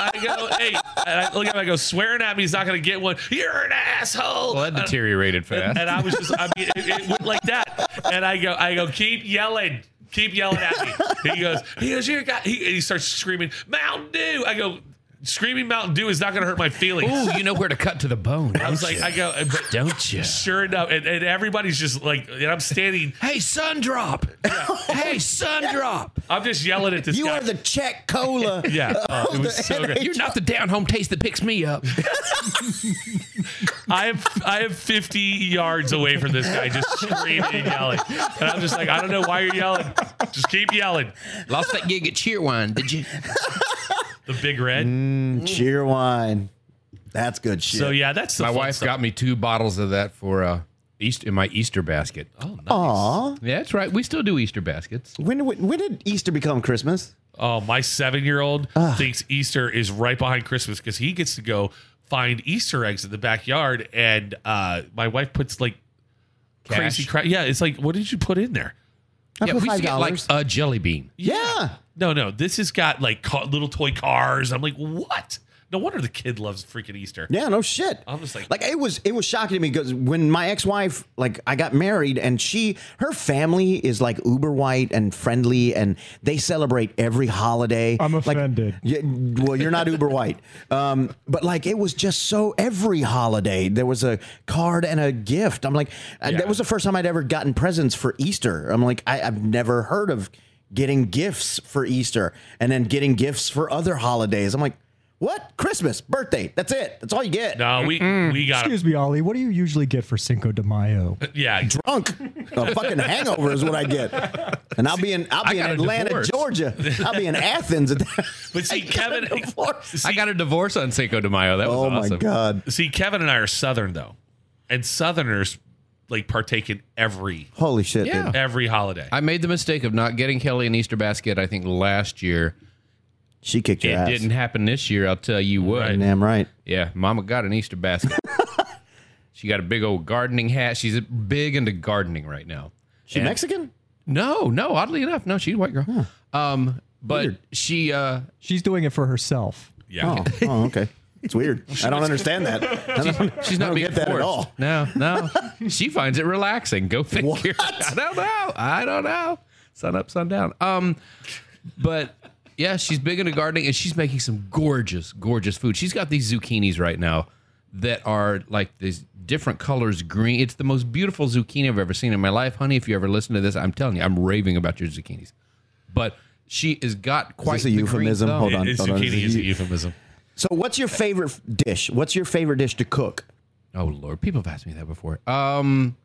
S3: I go, hey, and I look at him, I go, swearing at me, he's not going to get one. You're an asshole.
S5: Well, that
S3: And-
S5: deteriorated fast.
S3: and I was just, I mean, it, it went like that. And I go, I go, keep yelling, keep yelling at me. He goes, he goes, you're a guy. He, and he starts screaming, Mountain Dew. I go, screaming Mountain Dew is not going to hurt my feelings.
S5: Ooh, you know where to cut to the bone.
S3: I was like, I go, but
S5: don't you?
S3: sure enough, and, and everybody's just like, and I'm standing,
S5: Hey, sun drop. hey, sun drop.
S3: I'm just yelling at this
S2: You
S3: guy.
S2: are the Czech cola.
S3: yeah, oh, it was so good.
S5: You're not the down home taste that picks me up.
S3: I am I am 50 yards away from this guy, just screaming and yelling, and I'm just like, I don't know why you're yelling. Just keep yelling.
S5: Lost that gig at Cheerwine, did you?
S3: The big red.
S5: Mm.
S2: Cheer wine. That's good shit.
S3: So yeah, that's the
S5: My
S3: fun
S5: wife
S3: stuff.
S5: got me two bottles of that for uh, East in my Easter basket.
S3: Oh, nice.
S2: Aw.
S5: Yeah, that's right. We still do Easter baskets.
S2: When, when when did Easter become Christmas?
S3: Oh, my seven year old thinks Easter is right behind Christmas because he gets to go find Easter eggs in the backyard. And uh, my wife puts like
S5: Cash.
S3: crazy crap. Yeah, it's like, what did you put in there?
S2: I
S5: Yeah,
S2: put
S5: we used to get like
S2: $5.
S5: a jelly bean.
S2: yeah.
S3: No, no, this has got like ca- little toy cars. I'm like, what? No wonder the kid loves freaking Easter.
S2: Yeah, no shit.
S3: I'm just like-
S2: like it was it was shocking to me because when my ex wife like I got married and she her family is like uber white and friendly and they celebrate every holiday.
S1: I'm
S2: Like,
S1: offended.
S2: yeah, well, you're not uber white, um, but like it was just so every holiday there was a card and a gift. I'm like I- that was the first time I'd ever gotten presents for Easter. I'm like I, I've never heard of getting gifts for Easter and then getting gifts for other holidays. I'm like. What? Christmas, birthday. That's it. That's all you get.
S3: No, we we got
S1: Excuse me, Ollie. What do you usually get for Cinco de Mayo?
S3: yeah.
S2: drunk. A fucking hangover is what I get. And I'll be in I'll be in
S5: got a
S2: Atlanta,
S5: divorce.
S2: Georgia. I'll be in Athens.
S3: But see, Kevin,
S2: Divorce.
S5: I got a divorce on Cinco de Mayo. That was
S2: Oh
S5: awesome.
S2: my god.
S3: see, Kevin and I are Southern though, and Southerners like partake in every
S2: Holy shit,
S5: Yeah.
S2: dude.
S3: every holiday.
S5: I made the mistake of not getting Kelly an Easter basket. I think last year
S2: She kicked your
S5: it
S2: ass.
S5: didn't happen. This year, I'll tell you what.
S2: Damn right.
S5: Yeah, Mama got an Easter basket. she got a big old gardening hat. She's big into gardening right now.
S2: She Mexican?
S5: No, no. Oddly enough, no. She's a white girl. Um, but she uh,
S1: She's doing it for herself.
S3: yeah.
S2: Oh, oh, okay. It's weird. I don't understand that. I don't-
S5: she's
S2: I
S5: not
S2: don't
S5: being
S2: get that
S5: forced.
S2: at all.
S5: No, no. she finds it relaxing. Go figure. I don't know. I don't know. Sun up, sun down. Um, but yeah, she's big into gardening and she's making some gorgeous, gorgeous food. She's got these zucchinis right now that are like these different colors green. It's the most beautiful zucchini I've ever seen in my life, honey. If you ever listen to this, I'm telling you, I'm raving about your zucchinis. But she has got quite
S2: Is this a
S5: the green
S2: euphemism?
S5: thumb.
S2: Hold on.
S3: It-
S2: hold on.
S3: zucchini is a euphemism.
S2: So what's your favorite f- dish? What's your favorite dish to cook?
S5: Oh Lord, people have asked me that before. Um,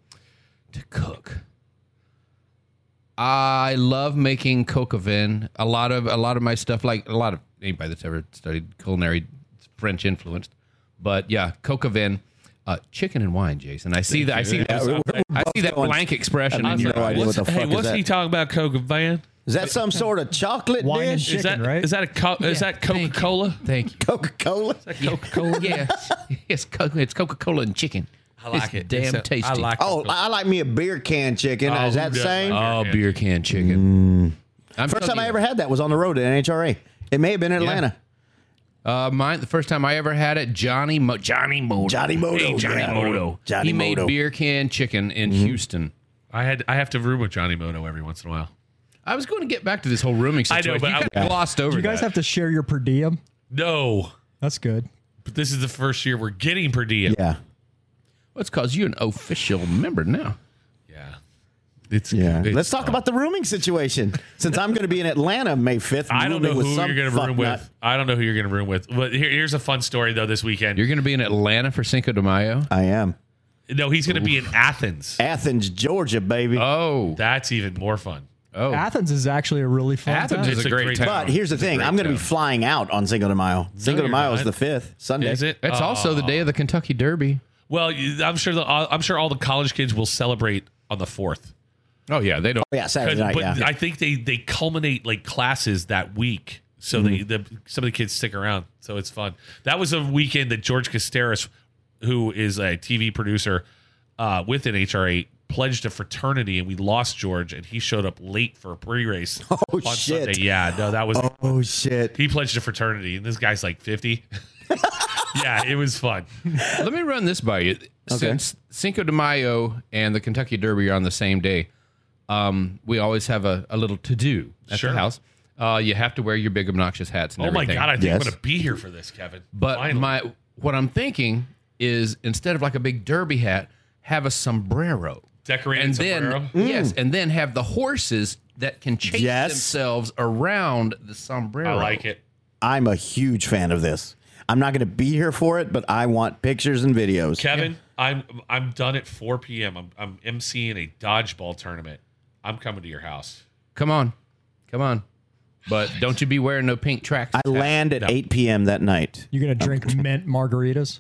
S5: to cook, I love making coca vin. A lot of a lot of my stuff, like a lot of anybody that's ever studied culinary, it's French influenced. But yeah, coca vin, uh, chicken and wine, Jason. I see that. I see that. I see that
S2: going-
S5: blank expression. in
S2: have
S5: your
S2: no idea
S5: eyes.
S2: what the fuck is
S3: hey, what's
S2: that?
S3: he talking about, Coca Van?
S2: Is that some sort of chocolate
S1: Wine and
S2: dish?
S1: shit.
S3: Is that
S1: Chicken, right?
S3: is that a co- is that Coca
S5: thank you.
S3: Cola?
S5: Thank you.
S2: Coca Cola?
S3: Coca Cola.
S5: Yes, yes, Coca- it's Coca Cola and chicken.
S3: I like
S5: It's
S3: it.
S5: damn
S3: Except I
S5: tasty.
S3: like
S2: Oh,
S3: it.
S2: I like me a beer can chicken.
S3: Oh,
S2: Is
S3: who
S2: that the
S3: doesn't?
S2: same?
S5: Oh, beer can chicken. Mm. I'm
S2: First time
S5: talking-
S2: I ever had that was on the road at NHRA. It may have been Atlanta.
S5: Uh, mine. The first time I ever had it, Johnny Mo- Johnny Moto.
S2: Johnny Moto,
S5: Hey, Johnny
S2: yeah.
S5: Moto.
S2: Johnny
S5: he made
S2: Moto. Mm-hmm.
S5: beer can chicken in Houston.
S3: I had I have to room with Johnny Moto every once in a while.
S5: I was going to get back to this whole rooming
S3: I
S5: situation.
S3: know, but
S5: you
S3: I-
S5: kinda glossed over.
S1: You guys
S5: that.
S1: have to share your per diem.
S3: No,
S1: That's good.
S3: but this is the first year we're getting per diem.
S2: Yeah.
S5: Let's cause you an official member now.
S3: Yeah. It's
S2: Yeah.
S3: it's-
S2: Let's talk about the rooming situation. Since I'm going to be in Atlanta May 5th.
S3: I don't know
S2: rooming
S3: who
S2: with
S3: you're
S2: some
S3: going to room
S2: fucknut.
S3: with. I don't know who you're going to room with. But here, here's a fun story though. This weekend,
S5: You're going to be in Atlanta for Cinco de Mayo.
S2: I am.
S3: no, he's going to be in Athens.
S2: Athens, Georgia, baby.
S5: Oh,
S3: That's even more fun.
S5: oh,
S1: Athens is actually a really fun
S5: Athens
S1: time.
S5: is
S3: It's
S5: a
S3: a
S5: great,
S3: great
S5: town.
S2: but here's the thing I'm going to be flying out on Cinco de Mayo. Cinco de
S3: you're
S2: Mayo is
S3: not.
S2: the 5th, Sunday.
S3: Is it?
S5: That's
S3: Uh,
S5: also the day of the Kentucky Derby.
S3: Well, you- I'm sure the uh, I'm sure all the college kids will celebrate on the fourth.
S5: Oh yeah, they don't.
S2: Yeah, Saturday night.
S3: but
S2: Yeah.
S3: I think they they culminate like classes that week, so
S2: Mm-hmm.
S3: the, the some of the kids stick around, so it's fun. That was a weekend that George Costeris, who is a TV producer uh, with NHRA, pledged a fraternity, and we lost George, and he showed up late for a pre-race
S2: Oh,
S3: on
S2: shit.
S3: Sunday. Yeah, no, that was
S2: oh, shit.
S3: he pledged a fraternity, and this guy's like fifty. yeah, it was fun. Oh
S5: Let me run this by you. Since Cinco de Mayo and the Kentucky Derby are on the same day, um, we always have a, a little to do at
S3: Sure.
S5: the house. Uh, you have to wear your big obnoxious hats. And
S3: Oh my
S5: everything.
S3: god, I think I'm
S2: Yes.
S3: gonna be here for this, Kevin.
S5: But
S3: Finally.
S5: my what I'm thinking is instead of like a big derby hat, have a sombrero.
S3: Decorated
S5: and
S3: sombrero? Mm.
S5: then yes, and then have the horses that can chase
S2: Yes.
S5: themselves around the sombrero.
S3: I like it.
S2: I'm a huge fan of this. I'm not going to be here for it, but I want pictures and videos.
S3: Kevin, I'm I'm done at 4 p.m. I'm I'm emceeing a dodgeball tournament. I'm coming to your house.
S5: Come on, come on. But don't you be wearing no pink tracks.
S2: I land at 8 p.m. that night.
S1: You're gonna drink mint margaritas.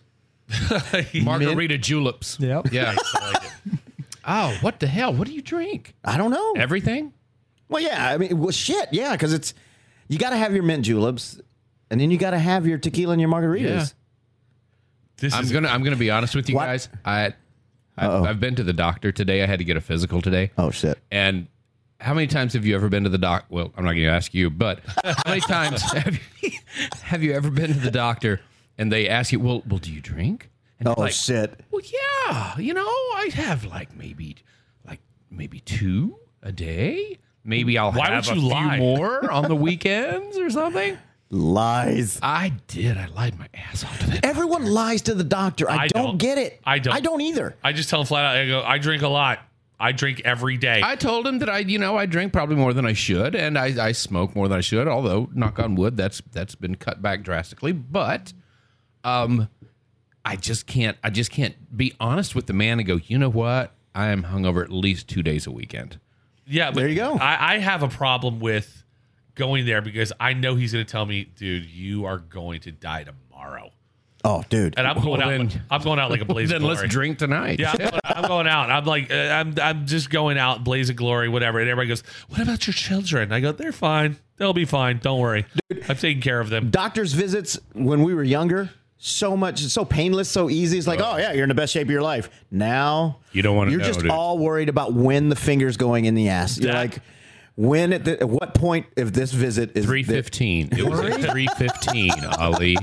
S5: Margarita juleps.
S1: Yep.
S5: Yeah.
S3: I like it.
S5: oh, what the hell? What do you drink?
S2: I don't know.
S5: Everything?
S2: Well, yeah. I mean, well, shit. Yeah, because it's you got to have your mint juleps, and then you got to have your tequila and your margaritas.
S3: This
S5: I'm
S3: is
S5: gonna I'm gonna be honest with you
S2: What?
S5: guys. I, I I've been to the doctor today. I had to get a physical today.
S2: Oh shit.
S5: And how many times have you ever been to the doc? Well, I'm not going to ask you, but how many times have you, have you ever been to the doctor and they ask you, "Well, well, do you drink?" And
S2: Oh
S5: you're like,
S2: shit.
S5: Well, yeah, you know, I have like maybe, like maybe two a day. Maybe I'll
S3: Why
S5: have
S3: would you
S5: a few
S3: lie?
S5: more on the weekends or something.
S2: Lies.
S5: I did. I lied my ass off to that.
S2: Everyone lies to the doctor. I,
S3: I
S2: don't,
S3: don't.
S2: get it.
S3: I don't.
S2: I don't either.
S3: I just tell him flat out, I go, I drink a lot. I drink every day.
S5: I told him that I, you know, I drink probably more than I should, and I, I smoke more than I should. Although, knock on wood, that's that's been cut back drastically. But, um, I just can't. I just can't be honest with the man and go, you know what? I am hungover at least two days a weekend.
S3: yeah, but
S2: There you go.
S3: I, I have a problem with going there because I know he's gonna tell me, dude, you are going to die tomorrow.
S2: Oh, dude.
S3: And I'm going
S5: Well,
S3: out
S5: then-
S3: I'm going out like a blaze of
S5: then let's
S3: glory.
S5: drink tonight.
S3: Yeah, I'm going, I'm going out. I'm like, uh, I'm, I'm just going out, blaze of glory, whatever. And everybody goes, "What about your children?" I go, "They're fine. They'll be fine. Don't worry. I'm taking care of them."
S2: Doctor's visits when we were younger, so much, so painless, so easy. It's like, oh yeah, you're in the best shape of your life. Now
S5: You don't wanna
S2: You're
S5: know,
S2: just
S5: dude.
S2: all worried about when the finger's going in the ass. You're
S3: That-
S2: like, when at, the, at what point if this visit is
S5: Three
S2: the-
S5: fifteen. It was at three fifteen, Ali.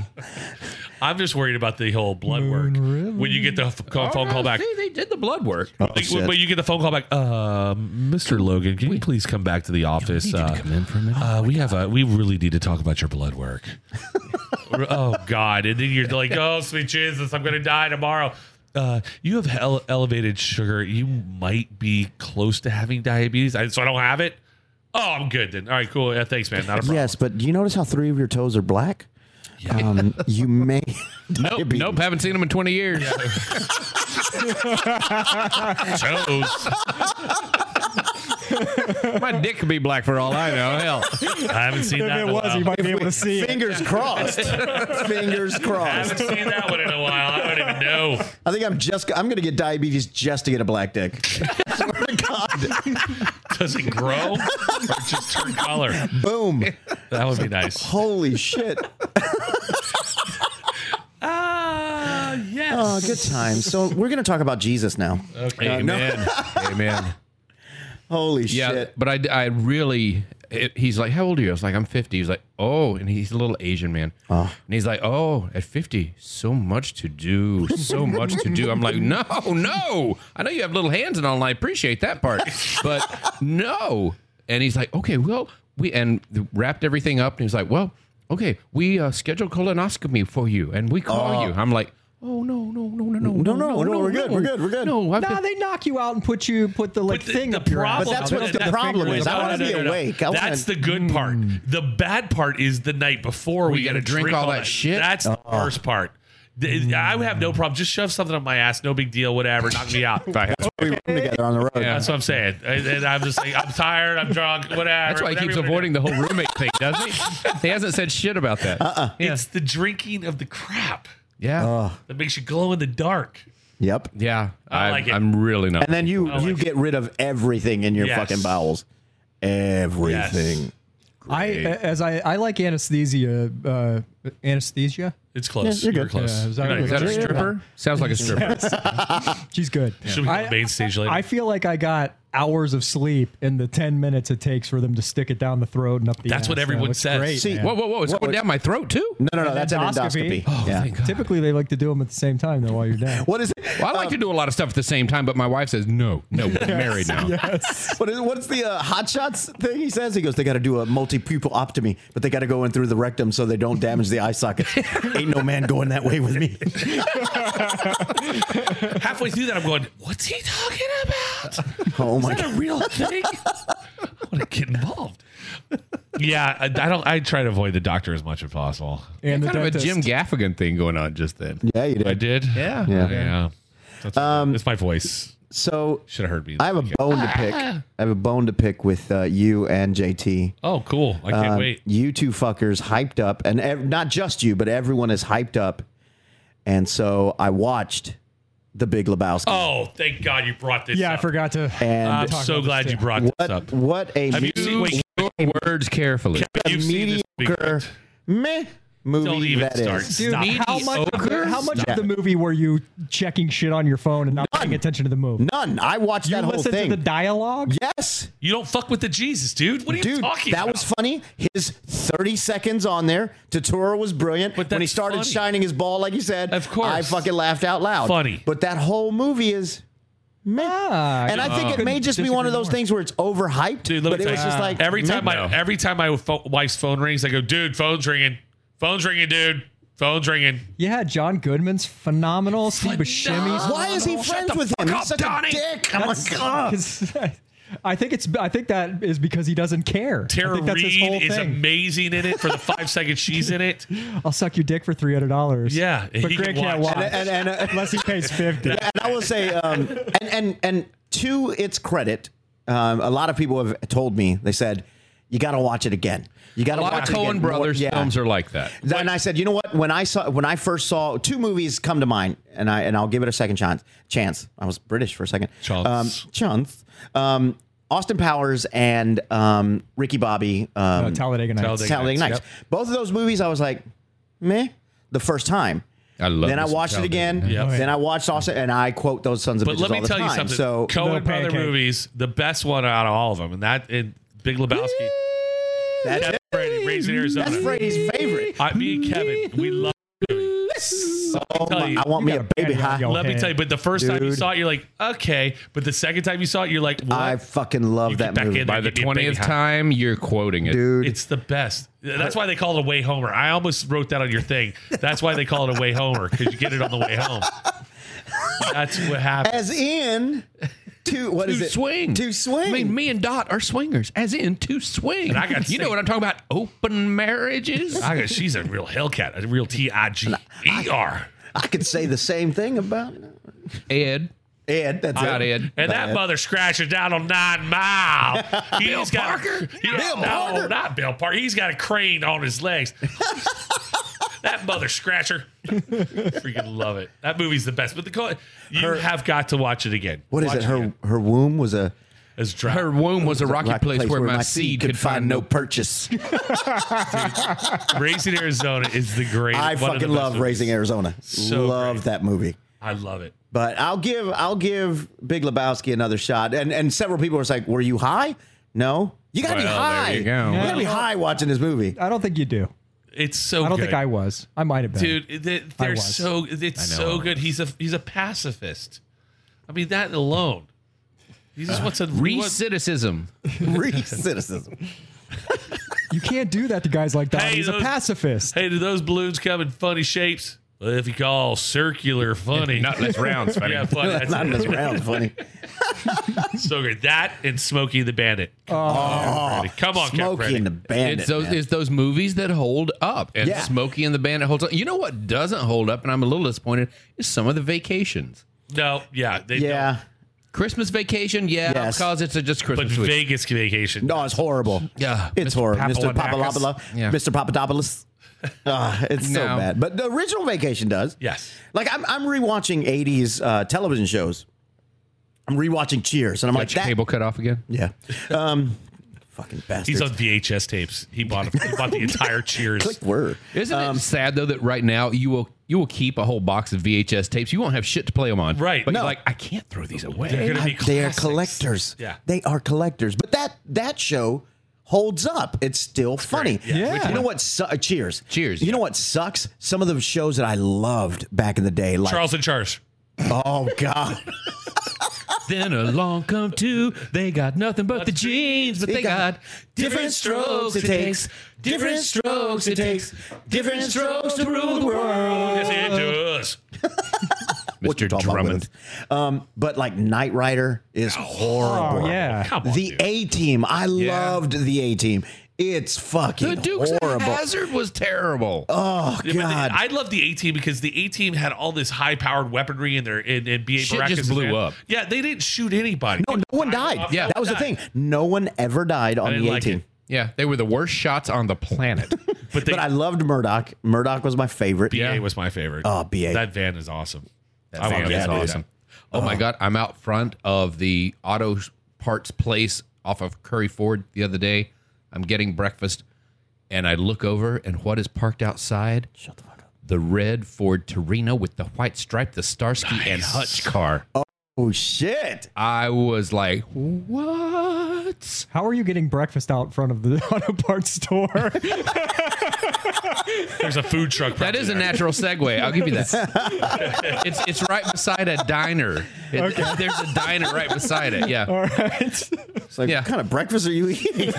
S3: I'm just worried about the whole blood work. When you get the f- call, phone call back,
S5: Oh, See, they did the blood work.
S2: Oh,
S3: Like,
S2: shit.
S3: but you get the phone call back, um, Mr. Logan, can you please come back to the office?
S5: you to
S3: Uh,
S5: come in for a minute?
S3: uh, we have a, we really need to talk about your blood work. oh God! And then you're like, oh sweet Jesus, I'm gonna die tomorrow. Uh, you have ele- elevated sugar. You might be close to having diabetes, I, so I don't have it. Oh, I'm good then. All right, cool. Yeah, thanks, man. Not a problem.
S2: Yes, but do you notice how three of your toes are black? Um, you may.
S5: Nope, nope. Haven't seen them in twenty years.
S3: Toes.
S5: My dick could be black for all I know. Hell,
S3: I haven't seen that.
S1: If it
S3: in a
S1: was,
S3: while.
S1: you might be able to see it.
S2: Fingers crossed. Fingers
S3: I
S2: crossed.
S3: haven't seen that one in a while. I don't even know.
S2: I think I'm just. I'm gonna get diabetes just to get a black dick. Swear to God.
S3: Does it grow or just turn color?
S2: Boom.
S3: That would be nice.
S2: Holy shit.
S3: Ah, yes.
S5: Yes.
S2: Oh, good times. So we're going to talk about Jesus now.
S5: Amen. Amen.
S2: Holy
S5: Yeah,
S2: shit.
S5: but I, I really, it, he's like, how old are you? I was like, I'm 50. He's like, oh, and he's a little Asian man.
S2: Uh.
S5: And he's like, oh, at 50, so much to do, so much to do. I'm like, no, no. I know you have little hands and all, and I appreciate that part, but no. And he's like, okay, well, we, and wrapped everything up. And he's like, well, okay, we uh, scheduled colonoscopy for you and we call you. I'm like, oh, no, no, no, no, no,
S2: No, no, no, we're good, we're good, we're good.
S5: No, I've
S1: Nah,
S5: been-
S1: they knock you out and put you put the like
S3: But the,
S1: thing
S3: the
S1: up your
S3: problem,
S1: ass.
S2: But that's what
S3: that-
S2: the
S3: that
S2: problem
S3: finger
S2: is. I
S3: out.
S2: wanna
S3: No,
S2: be
S3: no, no, no.
S2: awake. I wanna- Hmm.
S3: That's the good part. The bad part is the night before we,
S5: We
S3: got
S5: gotta
S3: to
S5: drink all that shit?
S3: That's the
S2: Uh-uh.
S3: worst part. The- I would have
S2: Hmm.
S3: no problem. Just shove something up my ass. No big deal. Whatever. Knock me out.
S5: I-
S2: We run together on the road.
S3: That's what I'm saying. And- and I'm just like, I'm tired. I'm drunk. Whatever.
S5: That's why he
S3: whatever
S5: keeps
S3: you wanna
S5: avoiding the whole roommate thing, doesn't he? He hasn't said shit about that. Uh-uh.
S3: do. It's the drinking of the crap
S5: Yeah.
S2: Uh.
S3: that makes you glow in the dark.
S2: Yep.
S5: yeah.
S3: I like it.
S5: am really not.
S2: And then you you get rid of everything in your
S3: Yes.
S2: fucking bowels. Everything.
S1: I as I I like anesthesia uh, anesthesia.
S3: It's close.
S2: Yeah, you're
S3: You're
S2: good.
S3: close.
S1: Yeah, is that-
S3: You're not
S1: is
S5: is
S3: even
S5: that a
S3: close.
S5: stripper? Sounds like a stripper.
S1: She's good.
S3: Should we go to the main stage later?
S1: I feel like I got hours of sleep in the ten minutes it takes for them to stick it down the throat and up the.
S3: That's
S1: ass,
S3: what
S1: so
S3: everyone
S1: it's
S3: says.
S1: Great,
S2: See,
S1: man.
S5: Whoa, whoa, whoa. It's going down my throat, too.
S2: No, no, no. That's an endoscopy.
S1: endoscopy.
S2: yeah.
S5: Oh, Thank God.
S1: Typically, they like to do them at the same time though, while you're down.
S2: What is it? Uh,
S5: Well, I like to do a lot of stuff at the same time, but my wife says, no, no, we're married now.
S2: What is what's the uh, hot shots thing he says? He goes, they got to do a multi pupil optomy, but they got to go in through the rectum so they don't damage the eye socket. Ain't no man going that way with me.
S3: Halfway through that, I'm going, what's he talking about?
S2: Oh my
S3: Is that
S2: god.
S3: a real thing? I want to get involved. Yeah, I, I don't. I try to avoid the doctor as much as possible.
S1: And the
S5: Kind of a
S1: dentist.
S5: Jim Gaffigan thing going on just then.
S2: Yeah, you
S3: I
S2: did.
S3: did.
S5: Yeah.
S3: Yeah.
S5: Yeah.
S3: That's,
S2: Um,
S3: it's my voice.
S2: So
S3: Should have heard me.
S2: I have a bone to pick. I have a bone to pick with uh, you and JT.
S3: oh, cool. I can't
S2: Um,
S3: wait.
S2: You two fuckers hyped up, and ev- not just you, but everyone is hyped up. And so I watched The Big Lebowski.
S3: Oh, thank God you brought this
S1: Yeah,
S3: up.
S1: I forgot to.
S3: I'm
S2: and
S1: talk
S3: so
S1: about
S3: glad
S1: this
S3: you
S1: too.
S3: brought this
S2: what,
S3: up.
S2: what a
S3: Have you seen, wait,
S5: Words carefully.
S3: you've seen this movie,
S2: mediocre
S3: correct?
S2: meh movie
S3: Don't even
S2: that is.
S3: start.
S1: Dude,
S3: Stop.
S1: how much,
S5: Mediocre?
S1: how much of the movie were you checking shit on your phone and not paying attention to the movie?
S2: None. I watched
S1: you
S2: that whole
S1: listened
S2: thing.
S1: to the dialogue?
S2: yes.
S3: You don't fuck with the Jesus, dude. What are you
S2: Dude,
S3: talking
S2: that
S3: about?
S2: was funny. His 30 seconds on there, Totoro was brilliant.
S3: But
S2: when he
S3: that's
S2: started
S3: funny.
S2: shining his ball, like you said,
S3: Of course.
S2: I fucking laughed out loud.
S3: Funny.
S2: But that whole movie is meh.
S1: Ah,
S2: and I think it may
S1: couldn't
S2: just be one
S1: disagree
S2: of those
S1: more.
S2: things where it's overhyped,
S3: Dude, let
S2: but
S3: me
S2: it
S3: tell
S2: was
S3: you,
S2: just like
S3: every time
S2: meh.
S3: my every time my pho- wife's phone rings, I go, dude, phone's ringing, phone's ringing, dude, phone's ringing.
S1: Yeah, John Goodman's phenomenal. Steve Buscemi's.
S2: Why is he
S3: Shut
S2: friends
S3: the
S2: with him?
S3: fuck
S2: He's
S3: up,
S2: such a
S3: Donnie.
S2: dick. I'm like, ugh.
S1: 'Cause- I think it's. I think that is because he doesn't care. I
S3: Tara
S1: think that's his whole
S3: Reid is
S1: thing.
S3: amazing in it for the five seconds she's in it.
S1: I'll suck your dick for three hundred dollars.
S3: Yeah,
S1: but
S3: he
S1: Greg
S3: can
S1: can't
S3: watch.
S1: watch,
S2: And- and- and-
S1: unless he pays fifty.
S2: and I will say, um, and and and to its credit, um, a lot of people have told me they said you got to watch it again. You got
S5: A
S2: to
S5: lot
S2: watch
S5: of
S2: it
S5: Cohen
S2: again. More-
S5: Brothers
S2: yeah.
S5: films are like that.
S2: And I said, you know what? When I saw when I first saw two movies come to mind, and I and I'll give it a second chance. Chance. I was British for a second.
S3: Chance.
S2: Um, chance. Um, Austin Powers and um, Ricky Bobby. Um,
S1: Uh, Talladega Nights.
S3: Talladega
S2: Talladega
S3: Nights,
S2: Nights. Both of those movies, I was like, meh, the first time.
S5: I love
S2: Then I
S5: me some
S2: watched it
S5: Talladega
S2: again.
S5: Nights.
S3: Yeah.
S2: Then I watched Austin, and I quote those sons of
S3: But
S2: bitches
S3: let me
S2: all the
S3: tell you
S2: time.
S3: something.
S2: So
S1: No
S3: Cohen Brother
S1: pancake.
S3: movies, the best one out of all of them, and that and Big Lebowski.
S2: that's
S3: Kevin
S2: it.
S3: Brady, Raising Arizona.
S2: That's Brady's favorite.
S3: I, me and Kevin, we love. that movie. So I'll tell you,
S2: Oh I want me
S1: got
S2: a
S1: a patty
S2: baby
S1: on
S2: high.
S1: your
S3: let me
S1: head.
S3: tell you. But the first time you
S2: Dude.
S3: saw it, you're like, okay. But the second time you saw it, you're like, what?
S2: I fucking
S3: You
S2: love
S3: get
S2: that
S3: back
S2: movie,
S3: in there,
S5: By the
S3: give me a baby
S5: 20th
S3: hug.
S5: time, you're quoting it.
S2: dude.
S3: It's the best. That's why they call it a way homer. I almost wrote that on your thing. That's why they call it a way homer because you get it on the way home. That's what happens.
S2: As in, two. What is
S5: to
S2: it?
S5: swing.
S2: To swing.
S5: I mean, me and Dot are swingers, as in to swing.
S3: And I got
S5: you know
S3: sick.
S5: what I'm talking about? Open marriages.
S3: I go, she's a real Hellcat, a real T I G E R.
S2: I could say the same thing about
S5: Ed,
S2: Ed. That's
S5: got
S2: it.
S5: Ed.
S3: And that mother scratches down on Nine Mile. Bill
S5: Parker?
S3: Bill no, not Bill Parker. He's got a crane on his legs. that mother scratcher. Freaking love it. That movie's the best. But the co- you have got to watch it again.
S2: What is
S3: Watch
S2: it? Her
S3: again.
S2: her womb was a
S3: as drought.
S5: Her womb was a rocky, place, where, my seed could find no.
S2: purchase.
S3: Raising Arizona is the greatest.
S2: I
S3: one of the
S2: fucking
S3: best
S2: love
S3: movies.
S2: Raising Arizona.
S3: So
S2: love
S3: great.
S2: that movie.
S3: I love it.
S2: But I'll give I'll give Big Lebowski another shot. And and several people were like, "Were you high?" No, you gotta be
S5: Well, there
S2: high.
S5: you go.
S2: gotta be high watching this movie.
S1: I don't think you do.
S3: It's so.
S1: I don't think
S3: good.
S1: I was. I might have been.
S3: dude. They, they're
S1: was.
S3: so it's so good. He's a he's a pacifist. I mean that alone. He
S2: Uh,
S3: just wants a he wants-
S5: Reciticism.
S2: Re-cynicism.
S1: You can't do that to guys like that.
S3: Hey,
S1: He's a
S3: those-
S1: pacifist.
S3: Hey, do those balloons come in funny shapes? Well, if you call circular funny,
S5: Not less rounds, funny.
S3: yeah, funny. That's
S2: Not in this round, funny.
S3: so great. That and Smokey the Bandit. Come on, Freddy. come on, Cat
S2: Oh. Smokey
S3: Freddy.
S2: and the Bandit.
S5: It's those,
S2: man.
S5: it's those movies that hold up, and
S2: Yeah.
S5: Smokey and the Bandit holds up. You know what doesn't hold up, and I'm a little disappointed, is some of the vacations.
S3: no, yeah, they
S2: yeah.
S5: Christmas vacation, yeah,
S2: Yes.
S5: because it's a just
S3: don't. But
S5: Christmas week.
S3: Vegas vacation.
S2: No, it's horrible.
S5: Yeah,
S2: It's
S5: Mr.
S2: horrible. Mr.
S5: Papadakis.
S2: Papadopoulos.
S5: Yeah.
S2: Mr. Papadopoulos. Ah, it's so
S5: No.
S2: bad. But the original Vacation does.
S3: Yes.
S2: Like I'm, I'm rewatching 80s uh, television shows. I'm rewatching Cheers, and I'm like,
S5: Got your
S2: that.
S5: cable cut off again.
S2: Yeah. Um, fucking bastards.
S3: He's on VHS tapes. He bought he bought the entire Cheers.
S2: Click word.
S5: Isn't it sad though that right now you will you will keep a whole box of VHS tapes. You won't have shit to play them on.
S3: Right.
S5: But
S3: No.
S5: you're like, I can't throw these
S3: They're
S5: away.
S3: gonna be
S2: They are
S3: classics.
S2: collectors.
S3: Yeah.
S2: They are collectors. But that that show holds up. It's still funny.
S3: great.
S1: Yeah. Yeah.
S2: You know what? Su- uh, cheers.
S5: Cheers,
S2: You know
S5: yeah.
S2: what sucks? Some of the shows that I loved back in the day, like
S3: Charles and Charles.
S2: oh god,
S5: then along come two. They got nothing but the jeans, but they got different strokes it takes. Different strokes it takes. Different strokes to rule the world.
S3: Listen to us.
S2: What you
S5: Mr.
S2: talking about
S5: Drummond.
S2: with us? Um, but like Knight Rider is horrible.
S1: Oh, yeah.
S3: Come on,
S2: The
S3: dude.
S2: A Team. I loved the A Team. It's fucking
S5: The Dukes
S2: horrible.
S5: of Hazard was terrible.
S2: oh
S3: Yeah, but
S2: god.
S3: the- I love the A team because the A team had all this high powered weaponry in their and, and BA
S5: Shit
S3: Baracus
S5: just
S3: is
S5: blew
S3: in.
S5: up.
S3: Yeah, they didn't shoot anybody.
S2: no, no one died.
S3: Yeah.
S2: that was the thing. No one ever died on
S3: didn't
S2: the A
S3: like
S2: Team.
S3: it.
S5: yeah, they were the worst shots on the planet.
S3: But, they,
S2: But I loved Murdoch. Murdoch was my favorite.
S3: BA
S5: yeah.
S3: was my favorite.
S2: Oh, BA.
S3: That van is awesome. Uh, I
S5: That
S3: want
S5: van
S3: that
S5: is
S3: van.
S5: awesome. Oh,
S1: Uh-huh.
S5: my god, I'm out front of the auto parts place off of Curry Ford the other day. I'm getting breakfast, and I look over, and what is parked outside? Shut the fuck up. The red Ford Torino with the white stripe, the Starsky and Hutch car.
S2: Oh shit!
S5: I was like, what?
S1: How are you getting breakfast out in front of the auto parts store?
S3: There's a food truck.
S5: That is a natural segue. I'll give you that. it's it's right beside a diner. It- There's a diner right beside it. Yeah.
S1: All right.
S2: It's like,
S5: Yeah.
S2: what kind of breakfast are you eating?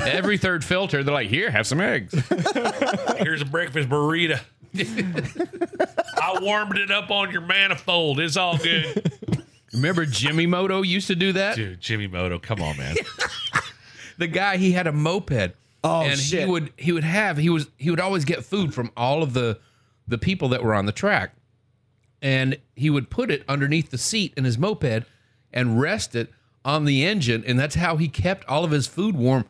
S5: Every third filter, they're like, here, have some eggs.
S3: Here's a breakfast burrito. I warmed it up on your manifold. It's all good.
S5: Remember Jimmy Moto used to do that?
S3: Dude, Jimmy Moto, come on, man.
S5: The guy he had a moped.
S2: Oh,
S5: and
S2: shit.
S5: he would he would have he was he would always get food from all of the the people that were on the track. And he would put it underneath the seat in his moped and rest it on the engine and that's how he kept all of his food warm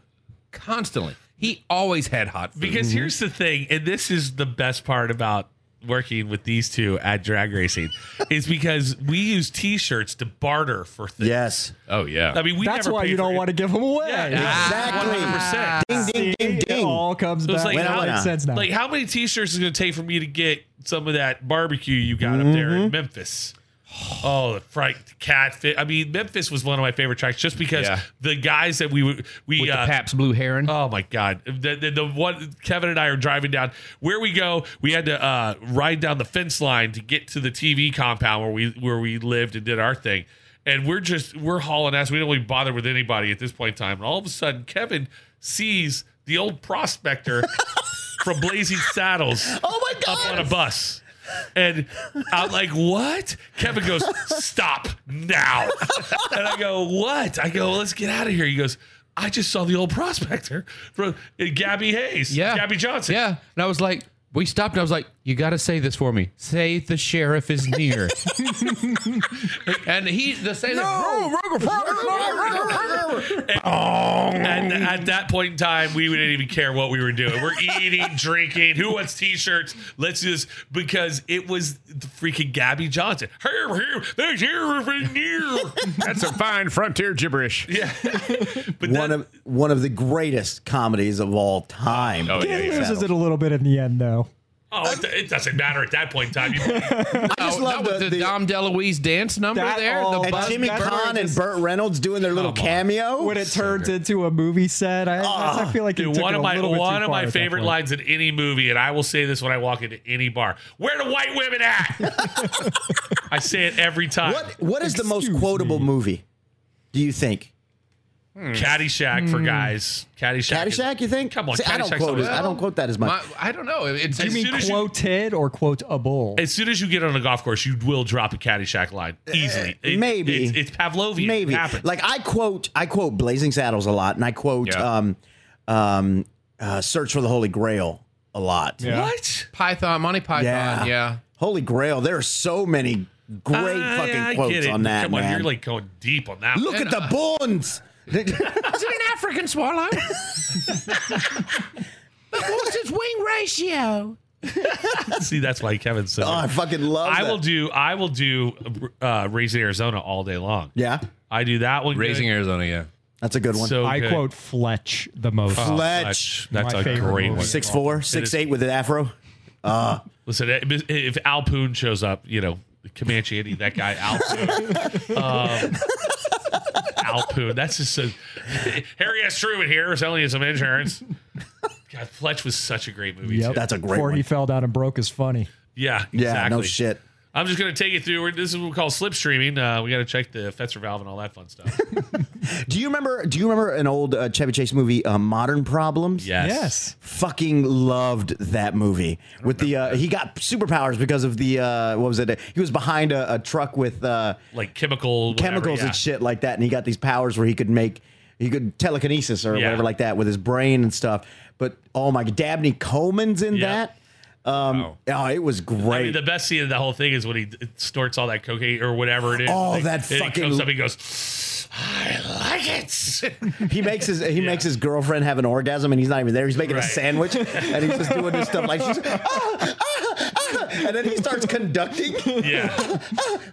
S5: constantly. He always had hot food.
S3: Because here's the thing, and this is the best part about working with these two at drag racing, is because we use T-shirts to barter for things.
S2: yes,
S5: oh yeah.
S3: I mean, we
S1: That's
S3: never
S1: why
S3: pay
S1: you
S3: for
S1: don't
S3: it.
S1: want to give them away.
S3: Yeah,
S2: Exactly.
S3: exactly.
S2: ding
S3: 100%.
S2: ding ding
S1: It
S2: ding.
S1: all comes
S3: was
S1: back.
S3: like,
S1: Like,
S3: how-
S1: that makes sense now.
S3: Like, how many T-shirts is it going to take for me to get some of that barbecue you got up there
S1: Mm-hmm.
S3: in Memphis? Oh, the fright catfish. I mean, Memphis was one of my favorite tracks just because
S5: Yeah.
S3: the guys that we would- we
S5: with
S3: uh,
S5: the Paps Blue Heron.
S3: Oh my God! The, the, the one Kevin and I are driving down. Where we go, we had to uh, ride down the fence line to get to the TV compound where we where we lived and did our thing. And we're just we're hauling ass. We don't really bother with anybody at this point in time. And all of a sudden, Kevin sees the old prospector from Blazing Saddles
S2: Oh my
S3: up on
S2: god!
S3: a bus. And I'm like, what? Kevin goes, stop now. And I go, what? I go, let's get out of here. He goes, I just saw the old prospector from uh, Gabby Hayes.
S5: Yeah.
S3: Gabby Johnson.
S5: Yeah. And I was like, we stopped and I was like, you got to say this for me. Say the sheriff is near. and he the same.
S3: And at that point in time, we didn't even care what we were doing. We're eating, drinking. Who wants t-shirts? Let's do this because it was the freaking Gabby Johnson. Here, here, there's here, here.
S4: That's some fine frontier gibberish. Yeah.
S3: But
S2: One
S3: then,
S2: of one of the greatest comedies of all time.
S4: Oh, yeah, yeah.
S1: loses it a little bit in the end, though.
S3: oh, it, it doesn't matter at that point in time. You-
S5: I
S2: just love
S5: that was
S2: the-
S5: the,
S2: the-
S5: Dom DeLuise dance number
S1: That
S5: there.
S1: all-
S5: the
S1: And
S5: buzz
S2: And Jimmy
S1: That's
S5: beater.
S2: Kahn and
S1: just-
S2: Burt Reynolds doing their little
S3: Come on.
S2: cameo.
S1: When it turns into a movie set, I, I feel like it
S3: Ah, Dude,
S1: took
S3: one
S1: it a
S3: of my
S1: little bit too
S3: one of
S1: far
S3: my
S1: at that
S3: favorite
S1: point.
S3: lines in any movie, and I will say this when I walk into any bar: "Where the white women at?" I say it every time.
S2: what what is the most
S1: Excuse
S2: quotable
S1: me.
S2: movie? Do you think
S3: Caddyshack for guys. Caddyshack. is-
S2: Caddyshack? You think?
S3: Come on,
S2: See, I don't
S3: Caddyshack's
S2: quote.
S3: always-
S2: it- I don't quote that as much.
S5: My- I don't know. It's
S3: Do you mean-
S5: it's-
S3: soon as you-
S1: Quoted or quote a bull.
S3: As soon as you get on a golf course, you will drop a Caddyshack line easily. It-
S2: Eh, maybe.
S3: it's, it's Pavlovian.
S2: Maybe.
S3: It happens.
S2: Like I quote, I quote Blazing Saddles a lot, and I quote
S5: Yeah.
S2: um, um, uh, Search for the Holy Grail a lot.
S1: Yeah.
S3: what?
S5: Python, Monty Python.
S2: Yeah.
S5: Yeah.
S2: Holy Grail. There are so many great
S3: Ah,
S2: fucking
S3: yeah, I get
S2: quotes
S3: it.
S2: on that,
S3: Come
S2: man.
S3: on, you're like going deep on that.
S2: Look
S3: one.
S2: at the bones.
S5: Is it an African swallow? What's its wing ratio?
S3: see that's why Kevin's so.
S2: oh, I fucking love.
S3: I
S2: that.
S3: will do. I will do. Uh, Raising Arizona all day long.
S2: Yeah,
S3: I do that one.
S5: Raising
S3: good.
S5: Arizona, yeah.
S2: that's a good one.
S3: So
S1: I
S3: good.
S1: quote Fletch the most.
S3: Oh,
S2: Fletch.
S3: That's
S1: My
S3: a
S1: favorite
S3: great
S1: movie.
S3: one.
S2: six four, six eight with an afro.
S3: Listen, if if Al Poon shows up, you know, Comanche Andy, that guy, Al Poon. Um, Al Poon, that's just a. Harry S. Truman here, selling you some insurance. God, Fletch was such a great movie,
S1: Yep.
S3: too.
S2: That's a great
S1: Before
S2: one.
S1: he fell down and broke is funny.
S3: Yeah, exactly.
S2: yeah, no shit.
S3: I'm just going to take you through. We're, this is what we call slipstreaming. Uh, we got to check the Fetzer valve and all that fun stuff.
S2: Do you remember? Do you remember an old uh, Chevy Chase movie, uh, Modern Problems?
S3: Yes.
S1: Yes.
S2: fucking loved that movie with the uh, he got superpowers because of the uh, what was it he was behind a, a truck with uh,
S3: Like chemical. whatever,
S2: chemicals
S3: yeah.
S2: and shit like that and he got these powers where he could make he could telekinesis or
S3: Yeah.
S2: whatever like that with his brain and stuff but oh my dabney coleman's in
S3: Yeah.
S2: that um, oh it was
S3: I mean,
S2: great
S3: the best scene of the whole thing is when he d- snorts all that cocaine or whatever it is.
S2: Oh,
S3: Like,
S2: that
S3: and
S2: fucking-
S3: He comes up and goes, I like it.
S2: he makes his he makes his girlfriend have an orgasm and he's not even there he's making a
S3: Right.
S2: sandwich and he's just doing this stuff like she's ah, ah, ah," and then he starts conducting
S3: yeah.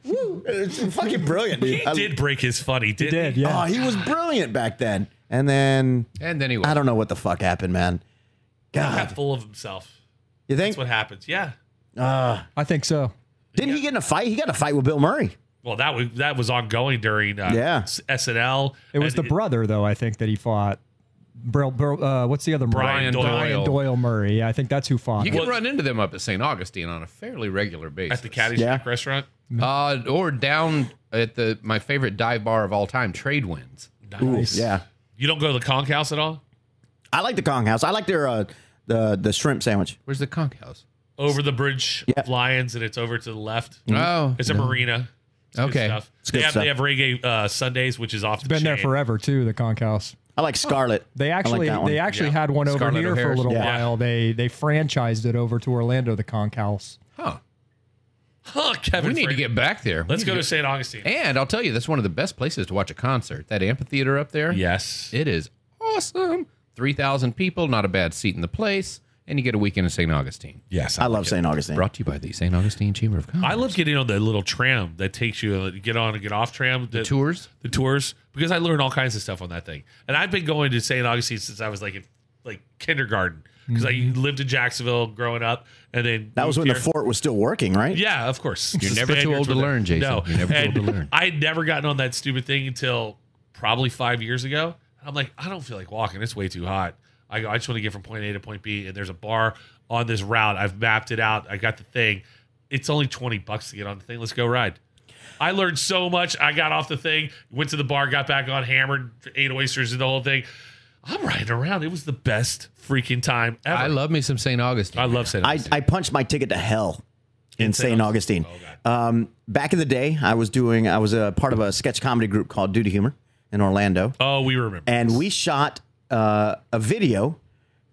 S2: Woo. it's fucking brilliant dude
S3: He
S2: I-
S3: did break his funny, didn't
S1: Did
S3: he?
S2: Oh,
S1: yeah.
S2: he was brilliant back then. And then
S5: And then he was.
S2: I don't know what the fuck happened, man.
S3: Got
S2: God,
S3: full of himself.
S2: you think?
S3: That's what happens. Yeah.
S1: I think so.
S2: Didn't he get in a fight? He got in a fight with Bill Murray.
S3: Well, that was that was ongoing during uh,
S2: Yeah.
S3: S- SNL.
S1: It was
S3: And
S1: the brother, though. I think that he fought. Br- Br- uh, what's the other
S3: Brian
S1: Murray?
S3: Doyle.
S1: Brian Doyle Murray. Yeah, I think that's who fought.
S5: You
S1: him.
S5: can run into them up at St. Augustine on a fairly regular basis.
S3: at the Caddyshack
S2: Yeah.
S3: restaurant.
S5: Uh, or down at the my favorite dive bar of all time, Trade Winds.
S1: Nice.
S2: Yeah,
S3: You don't go to the Conk House at all?
S2: I like the Kong House. I like their uh, the the shrimp sandwich.
S5: Where's the conch house?
S3: Over the bridge
S2: Yeah. Mm.
S3: of Lions, and it's over to the left.
S5: Oh,
S3: It's a marina. It's good
S5: Okay.
S3: stuff.
S2: good
S3: They have,
S2: stuff.
S3: they have reggae uh, Sundays, which is off the
S1: Been there
S3: chain.
S1: forever too. The Conch House.
S2: I like Scarlet.
S1: They
S2: I like
S1: actually
S2: that one.
S1: they actually
S3: Yeah.
S1: had one over
S5: Scarlett
S1: here for a
S5: O'Hara's.
S1: little
S2: Yeah.
S1: while. They they franchised it over to Orlando. The Conch House.
S5: huh.
S3: Huh, Kevin.
S5: We need to
S3: Fran-
S5: get back there. We
S3: Let's
S5: need
S3: go to
S5: get-
S3: St. Augustine.
S5: And I'll tell you, that's one of the best places to watch a concert. That amphitheater up there.
S3: Yes.
S5: It is awesome. 3,000 people, not a bad seat in the place. And you get a weekend in St. Augustine.
S3: Yes.
S2: I love St. Augustine.
S5: Brought to you by the St. Augustine Chamber of Commerce.
S3: I love getting on the little tram that takes you uh, get on and get off tram. The,
S5: tours.
S3: the tours, because I learned all kinds of stuff on that thing. And I've been going to St. Augustine since I was like in like kindergarten because I lived in Jacksonville growing up, and then
S2: Mm-hmm. That was
S3: moved
S2: when the
S3: here.
S2: fort was still working, right?
S3: Yeah, of course.
S5: You're
S3: The
S5: never too
S3: Spaniards
S5: old to
S3: were there.
S5: learn, Jason.
S3: No,
S5: You're never too
S3: and
S5: old to learn.
S3: I had never gotten on that stupid thing until probably five years ago. I'm like, I don't feel like walking. It's way too hot. I go, I just want to get from point A to point B. And there's a bar on this route. I've mapped it out. I got the thing. It's only 20 bucks to get on the thing. Let's go ride. I learned so much. I got off the thing, went to the bar, got back on, hammered eight oysters and the whole thing. I'm riding around. It was the best freaking time ever.
S5: I love me some St. Augustine.
S3: I love San
S2: I, I punched my ticket to hell in St. Augustine. um, back in the day, I was doing I was a part of a sketch comedy group called Duty Humor in Orlando.
S3: Oh, we remember.
S2: and we shot uh, a video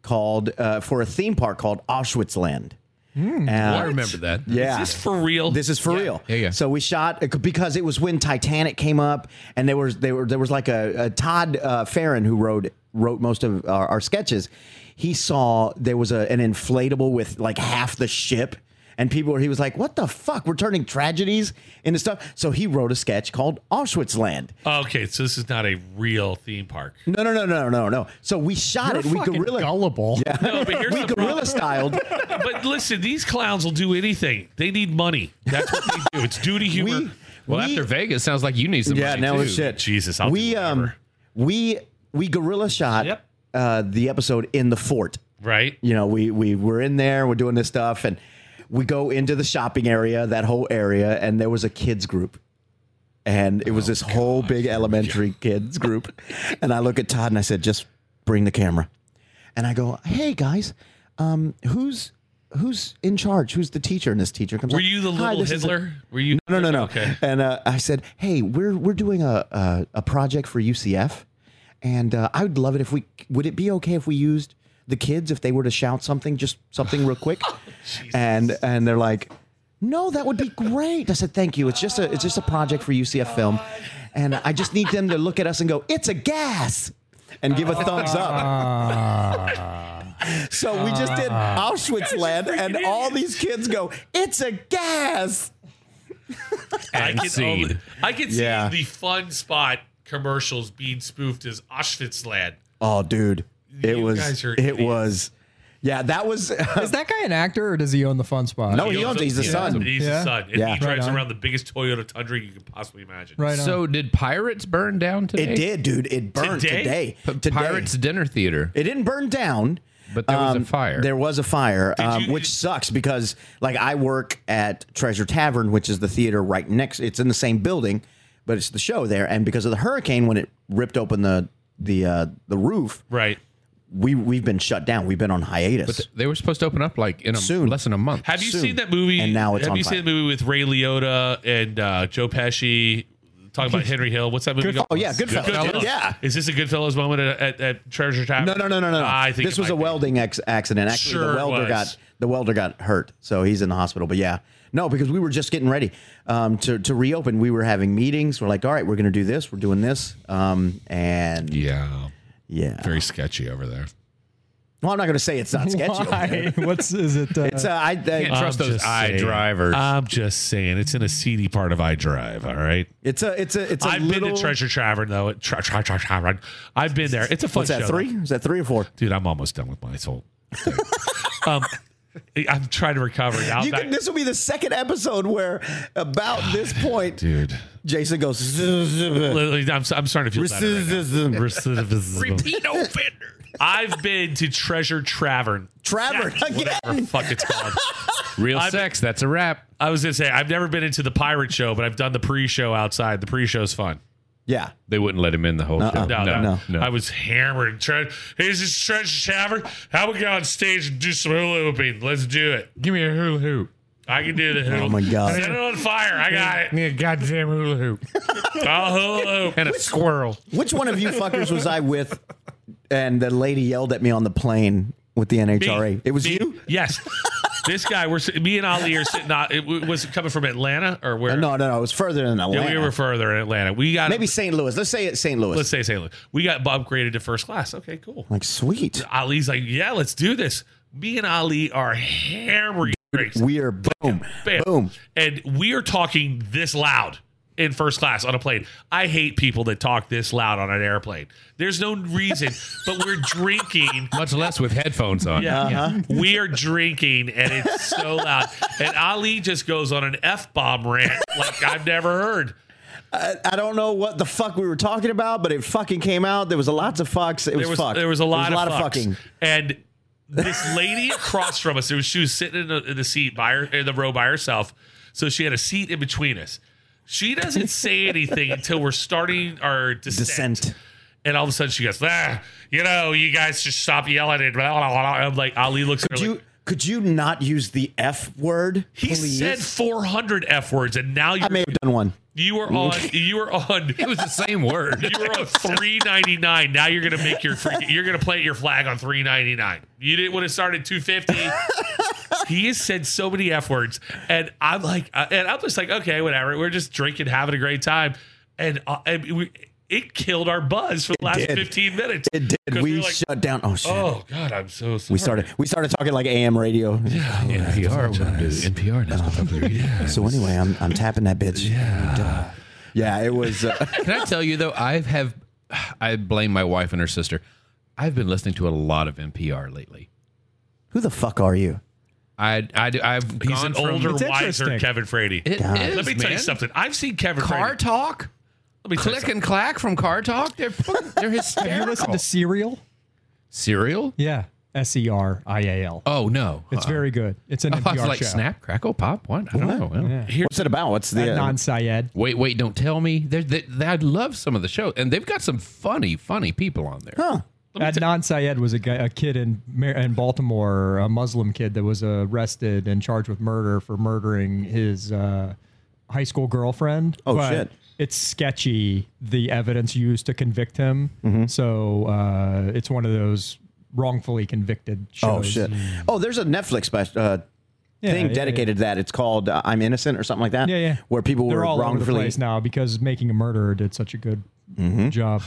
S2: called uh, for a theme park called Auschwitzland.
S5: I remember that.
S2: Yeah.
S3: Is this for real?
S2: This is for real.
S5: Yeah, yeah.
S2: So we shot uh, because it was when Titanic came up, and there was they were there was like a, a Todd uh, Farron who wrote wrote most of our, our sketches. He saw there was a, an inflatable with like half the ship. And people were, he was like, what the fuck? We're turning tragedies into stuff. So he wrote a sketch called Auschwitz Land.
S3: okay, so this is not a real theme park.
S2: No, no, no, no, no, no. So we shot
S1: You're
S2: it. We
S1: fucking
S2: gorilla,
S1: gullible.
S3: No, but here's
S2: we
S3: the problem.
S2: gorilla styled.
S3: But listen, these clowns will do anything. They need money. That's what they do. It's duty humor.
S2: We,
S5: Well,
S2: we-
S5: after Vegas, sounds like you need some
S2: Yeah,
S5: money
S2: now
S5: too.
S2: it's shit.
S3: Jesus, I'll
S2: we
S3: do
S2: um,
S3: whatever.
S2: we we gorilla shot
S3: Yep.
S2: uh, the episode in the fort.
S3: right?
S2: You know, we we were in there, we're doing this stuff, and we go into the shopping area, that whole area, and there was a kids group. And
S3: Oh
S2: it was this whole big elementary kids group. and I look at Todd and I said, just bring the camera. And I go, hey guys, um, who's who's in charge? Who's the teacher? And this teacher comes
S3: Were
S2: up,
S3: you the
S2: "Hi,
S3: little
S2: this is the-
S3: Hitler? Were you?
S2: no, no, no.
S3: Okay.
S2: And uh, I said, "Hey, we're we're doing a a, a project for UCF, and uh, I would love it if we would it be okay if we used the kids if they were to shout something, just something real quick?" and and they're like, "No, that would be great." I said, "Thank you. It's just a it's just a project for UCF film, and I just need them to look at us and go, it's a gas." And give a thumbs up. so we just did Auschwitz land, and all these kids go, "It's a gas."
S3: I
S5: And
S3: can
S5: scene.
S3: only- I can
S2: Yeah.
S3: see the fun spot commercials being spoofed as Auschwitz lad.
S2: Oh, dude, it
S3: You
S2: was
S3: guys are
S2: it
S3: idiots.
S2: was, yeah, that was
S1: Is that guy an actor or does he own the fun spot?
S2: no, Oh, he owns it. He's the
S3: Yeah.
S2: son.
S3: He's
S1: Yeah.
S3: the son. And
S2: Yeah.
S3: he drives
S1: Right on.
S3: around the biggest Toyota Tundra you could possibly imagine.
S1: Right on.
S5: So did Pirates burn down today?
S2: It did, dude. It burned today.
S3: Today?
S5: P-
S2: Today,
S5: Pirates Dinner Theater.
S2: It didn't burn down,
S5: But there
S1: Um,
S5: was a fire.
S2: There was a fire, um,
S3: you-
S2: which sucks because like I work at Treasure Tavern, which is the theater right next. It's in the same building, but it's the show there. And because of the hurricane, when it ripped open the the uh, the roof,
S3: Right.
S2: we we've been shut down. We've been on hiatus.
S5: They were supposed to open up like in a,
S2: Soon.
S5: less than a month.
S3: Have you
S2: Soon.
S3: seen that movie?
S2: And now it's
S3: Have
S2: on
S3: you
S2: fire.
S3: seen the movie with Ray Liotta and uh, Joe Pesci? Talking about Henry Hill. What's that movie called?
S2: oh yeah, good fellow. Yeah.
S3: Is this a Goodfellas moment at, at, at Treasure Tavern?
S2: No, no, no, no, no. no.
S3: I think
S2: this
S3: it
S2: was
S3: might
S2: a
S3: be.
S2: welding ex- accident. Actually, the
S3: Sure it
S2: welder
S3: was.
S2: got the welder got hurt, so he's in the hospital. But yeah, no, because we were just getting ready um, to to reopen. We were having meetings. We're like, all right, we're going to do this. We're doing this, um, and yeah.
S5: Yeah, very sketchy over there.
S2: Well, I'm not going to say it's not sketchy.
S1: Why? What's is it? Uh,
S2: It's uh, I,
S5: Can't
S2: I
S5: trust those
S3: just
S5: eye
S3: saying.
S5: drivers.
S3: I'm just saying, it's in a seedy part of iDrive. All right.
S2: it's a it's a it's a
S3: I've
S2: little.
S3: been to Treasure Tavern though. Tra- tra- tra- tavern. I've been there. It's a fun
S2: What's that
S3: show.
S2: three? Is that three or four?
S3: Dude, I'm almost done with my soul. um, I'm trying to recover. Now
S2: You
S3: that-
S2: can, this will be the second episode where about this point,
S3: dude.
S2: Jason goes.
S3: Literally, I'm, I'm starting to feel bad right now.
S2: Recidivism.
S3: Recidivism.
S5: Repeat oh, offender.
S3: I've been to Treasure Tavern.
S2: Travern
S3: Whatever the
S2: again.
S3: fuck it's called.
S5: Real
S3: I've-
S5: sex. That's a wrap.
S3: I was gonna say I've never been into the pirate show, but I've done the pre-show outside. The pre-show's fun.
S2: Yeah.
S5: They wouldn't let him in the whole
S1: Uh-uh.
S2: Oh,
S5: show.
S3: No, no,
S5: no, no.
S3: I was hammered. Tre- Here's this Treasure Tavern. How we go on stage and do some hula hooping? Let's do it.
S5: Give me a hula hoop.
S3: I can do the hula.
S2: Oh my god.
S3: Set it on fire. I got it.
S5: Me a goddamn hula hoop.
S3: I'll hula hoop.
S5: And a squirrel.
S2: Which one of you fuckers was I with? And the lady yelled at me on the plane with the NHRA.
S3: Me.
S2: It was
S3: Me.
S2: you?
S3: Yes. this guy, we're sit- me and Ali are sitting out. It, w- was it coming from Atlanta or where?
S2: Uh, No, no, no. It was further than Atlanta.
S3: Yeah, we were further in Atlanta. We got
S2: Maybe St. Louis. Let's say it's St. Louis.
S3: Let's say St. Louis. We got upgraded to first class. Okay, cool.
S2: like sweet.
S3: Ali's like, yeah, let's do this. Me and Ali are hammering. drinks.
S2: We are boom,
S3: Bam.
S2: boom.
S3: And we are talking this loud in first class on a plane. I hate people that talk this loud on an airplane. There's no reason, but we're drinking.
S5: Much less with headphones on.
S3: Yeah. Uh-huh. We are drinking and it's so loud. And Ali just goes on an F bomb rant like I've never heard.
S2: I, I don't know what the fuck we were talking about, but it fucking came out. There was a lots of fucks. It was,
S3: There was
S2: fuck.
S3: there was a lot,
S2: There was
S3: of, fucks.
S2: fucking.
S3: And this lady across from us, it was, she was sitting in the, in the seat by her, in the row by herself. So she had a seat in between us. She doesn't say anything until we're starting our descent.
S2: Descent.
S3: And all of a sudden she goes, ah, you know, you guys just stop yelling. And blah, blah, blah. I'm like, Ali looks at her
S2: Could you
S3: like,
S2: could you not use the F word?
S3: he
S2: please?
S3: said 400 F words. And now you're
S2: I may have done one.
S3: You were on. You were on.
S5: It was the same word.
S3: You were on three ninety nine. Now you're gonna make your. Free, you're gonna plant your flag on three ninety nine. You didn't want to start at two fifty. He has said so many f words, and I'm like, uh, and I'm just like, okay, whatever. We're just drinking, having a great time, and, uh, and we, it killed our buzz for the last
S2: did.
S3: 15 minutes.
S2: It did.
S3: 'Cause
S2: We
S3: were like,
S2: shut down. Oh shit.
S3: Oh God, I'm so sorry.
S2: we started. We started talking like AM radio. Yeah.
S5: NPR. We're gonna do NPR. That's what I'm doing.
S2: So anyway, I'm I'm tapping that bitch. Yeah. yeah. It was. Uh,
S5: Can I tell you though? I have, I blame my wife and her sister. I've been listening to a lot of NPR lately.
S2: who the fuck are you?
S5: I, I, I've
S3: He's
S5: gone
S3: an
S5: from-
S3: older,
S1: It's
S3: wiser
S1: interesting.
S3: Kevin Frady.
S5: It is,
S3: Let me tell you
S5: man.
S3: something. I've seen Kevin
S5: Car
S3: Frady.
S5: Talk,
S3: Let me tell you
S5: Click and Clack from Car Talk. They're fucking, they're hysterical.
S1: Have you listened to Serial?
S5: Serial?
S1: Yeah. S E R I A L.
S5: Oh no,
S1: It's
S2: Uh-huh.
S5: Uh-uh.
S1: very good. It's an
S5: I was
S1: NPR
S5: like
S1: show.
S5: Snap, Crackle, Pop. What? I don't know. Well,
S2: What's it about? What's the?
S1: Adnan Syed.
S5: Wait, wait, don't tell me. They're, they, they, I love some of the show, and they've got some funny, funny people on there.
S2: huh.
S1: Adnan Syed was a guy, a kid in Mar- in Baltimore, a Muslim kid that was arrested and charged with murder for murdering his uh, high school girlfriend.
S2: Oh, shit.
S1: It's sketchy the evidence used to convict him.
S2: Mm-hmm.
S1: So uh, it's one of those wrongfully convicted shows.
S2: Oh shit. Oh, there's a Netflix special. Uh,
S1: Yeah,
S2: thing
S1: yeah,
S2: dedicated to that. It's called uh, "I'm Innocent" or something like that.
S1: Yeah, yeah.
S2: Where people
S1: They're
S2: were
S1: all over the
S2: wrongfully. Mm-hmm.
S1: place now because making a murderer did such a good job.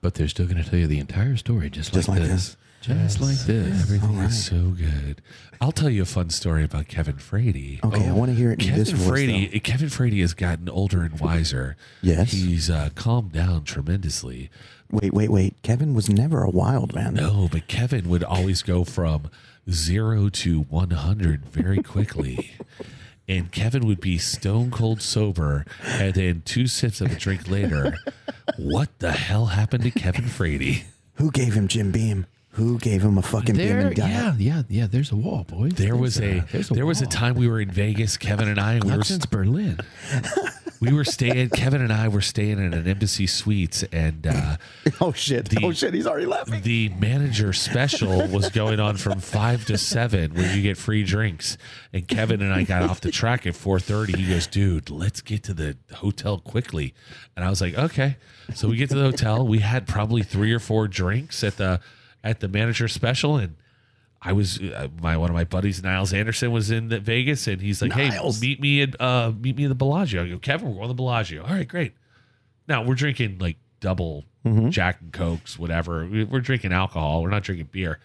S5: But they're still going to tell you the entire story, just,
S2: Just like this.
S5: just like this.
S3: Everything is so good. I'll tell you a fun story about Kevin Frady.
S2: Okay, I want to hear it in
S3: Kevin
S2: this voice.
S3: Frady. Kevin Frady has gotten older and wiser.
S2: Yes.
S3: he's uh, calmed down tremendously.
S2: though. Wait, wait, wait. Kevin was never a wild man.
S3: No, but Kevin would always go from zero to one hundred very quickly. And Kevin would be stone cold sober, and then two sips of a drink later, what the hell happened to Kevin Frady?
S2: Who gave him Jim Beam? Who gave him a fucking Beam
S5: There,
S2: and diet?
S5: yeah, yeah, yeah. There's a wall, boys.
S3: There was a,
S5: there's
S3: there was a
S5: wall.
S3: time we were in Vegas, Kevin and I, and we were
S5: Not since Berlin.
S3: we were staying kevin and i were staying in an embassy suites and uh,
S2: Oh shit! oh shit! He's already laughing.
S3: the manager special was going on from 5 to 7 where you get free drinks and kevin and i got off the track at 4.30 he goes dude let's get to the hotel quickly and i was like okay so we get to the hotel we had probably three or four drinks at the at the manager special and I was uh, my one of my buddies, Niles Anderson, was in the Vegas, and he's like,
S2: Niles.
S3: "Hey, meet me at uh, meet me at the Bellagio." I go, "Kevin, we're going to the Bellagio." All right, great. Now we're drinking like double Jack and Cokes, whatever. We- We're drinking alcohol. We're not drinking beer.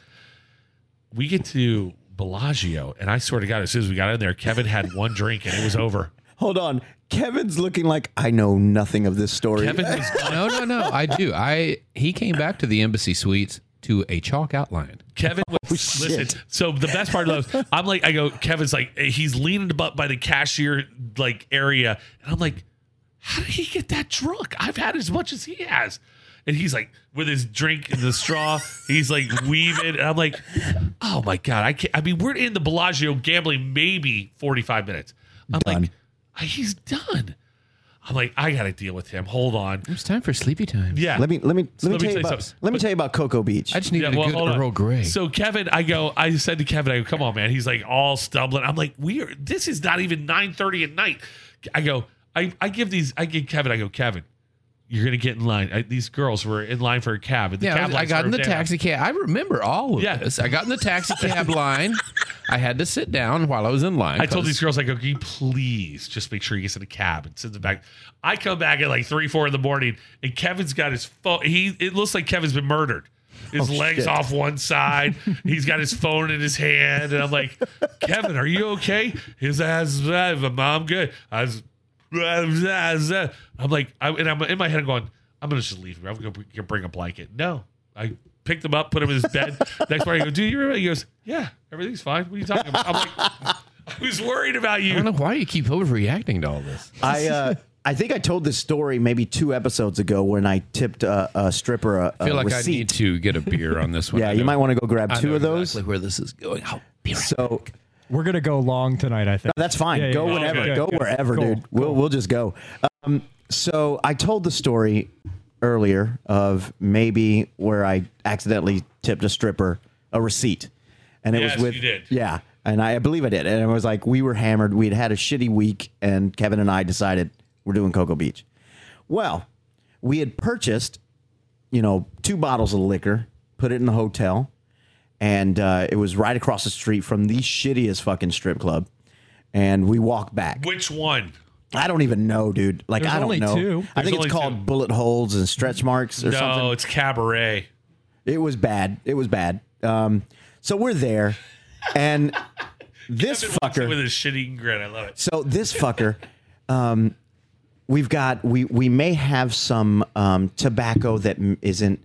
S3: We get to Bellagio, and I swear to God, as soon as we got in there, Kevin had one drink and it was over.
S2: Hold on. Kevin's looking like I know nothing of this story.
S3: Kevin was gone.
S5: No, no, no. I do. I he came back to the embassy suites to a chalk outline.
S3: Kevin was
S2: Oh,
S3: listen. So the best part of those, I'm like, I go, Kevin's like, he's leaning up by the cashier like area, and I'm like, how did he get that drunk? I've had as much as he has. And he's like, with his drink in the straw, he's like weaving. And I'm like, oh my God, I can't. I mean, we're in the Bellagio gambling maybe 45 minutes. I'm like, "Ah, he's done. I'm like, I got to deal with him. Hold on.
S5: It's time for sleepy time.
S3: Yeah.
S2: Let me let me let me tell
S3: Let me
S2: you
S3: tell you
S2: about
S3: something.
S2: let me tell you about Cocoa Beach.
S5: I just needed a
S3: hold
S5: good
S3: on.
S5: Earl Grey.
S3: So Kevin, I go, I said to Kevin, I go, come on, man. He's like all stumbling. I'm like, we are this is not even 9 30 at night. I go, I, I give these, I give Kevin, I go, Kevin, you're gonna get in line. I, these girls were in line for a cab. And the
S5: yeah,
S3: cab
S5: I, I
S3: lines
S5: got
S3: were
S5: in the
S3: down.
S5: taxi cab. I remember all of
S3: Yeah.
S5: this. I got in the taxi cab line. I had to sit down while I was in line.
S3: I told
S5: 'cause-
S3: these girls, I go, can you please just make sure he gets in a cab and sends it back? I come back at like three, four in the morning, and Kevin's got his phone. He it looks like Kevin's been murdered. His legs
S2: shit.
S3: off one side. He's got his phone in his hand, and I'm like, Kevin, are you okay? His ass, I'm good. I was, I'm like, I, and I'm in my head, I'm going, I'm gonna just leave him. I'm gonna br- gonna bring a blanket. No, I picked him up, put him in his bed. Next morning, I go, do you remember? He goes, yeah, everything's fine. What are you talking about? I'm like, I was worried about
S5: I don't
S3: you.
S5: know why you keep overreacting to all this.
S2: I uh, I think I told this story maybe two episodes ago when I tipped uh, a stripper a, a
S5: I feel like
S2: Uh, receipt.
S5: I need to get a beer on this one.
S2: yeah,
S5: I
S2: you
S5: know-
S2: might want to go grab
S5: I
S2: two
S5: know
S2: of those.
S5: Exactly where this is going. Oh, be right
S2: So
S1: We're gonna go long tonight. I think
S2: that's fine.
S1: Yeah, yeah,
S2: go
S1: yeah.
S2: whenever.
S1: Okay.
S2: Go
S1: Good,
S2: wherever,
S1: cool,
S2: dude. We'll we'll just go. Um, so I told the story earlier of maybe where I accidentally tipped a stripper a receipt, and it
S3: Yes,
S2: was with
S3: you did.
S2: yeah, and I, I believe I did. And it was like we were hammered. We'd had a shitty week, and Kevin and I decided we're doing Cocoa Beach. Well, we had purchased, you know, two bottles of liquor, put it in the hotel, and uh, it was right across the street from the shittiest fucking strip club. And we walked back.
S3: Which one?
S2: I don't even know, dude. Like
S1: There's
S2: I don't
S1: only
S2: know.
S1: two.
S2: I think
S3: There's
S2: it's
S3: only
S2: called
S3: two.
S2: bullet holes and stretch marks or
S3: no,
S2: something.
S3: it's cabaret.
S2: It was bad. It was bad. Um, so we're there, and this fucker
S3: with a shit eating grin. I love it.
S2: so this fucker, um, we've got we we may have some um, tobacco that m- isn't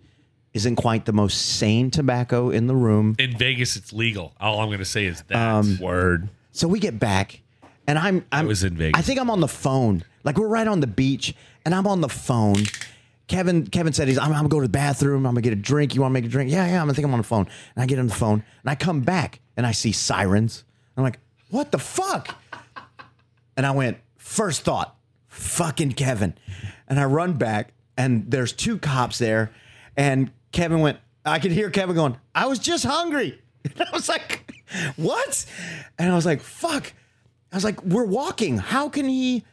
S2: isn't quite the most sane tobacco in the room.
S3: In Vegas, it's legal. All I'm going to say is that
S5: Um, Word.
S2: So we get back, and I'm I'm
S3: was in Vegas.
S2: I think I'm on the phone. Like we're right on the beach, and I'm on the phone. Kevin Kevin said he's I'm, I'm gonna go to the bathroom. I'm gonna get a drink. You want to make a drink? Yeah, yeah. I'm gonna think I'm on the phone, and I get on the phone, and I come back, and I see sirens. I'm like, what the fuck? And I went, first thought, fucking Kevin. And I run back, and there's two cops there. And Kevin went, I could hear Kevin going, I was just hungry. And I was like, what? And I was like, fuck. I was like, we're walking. How can he?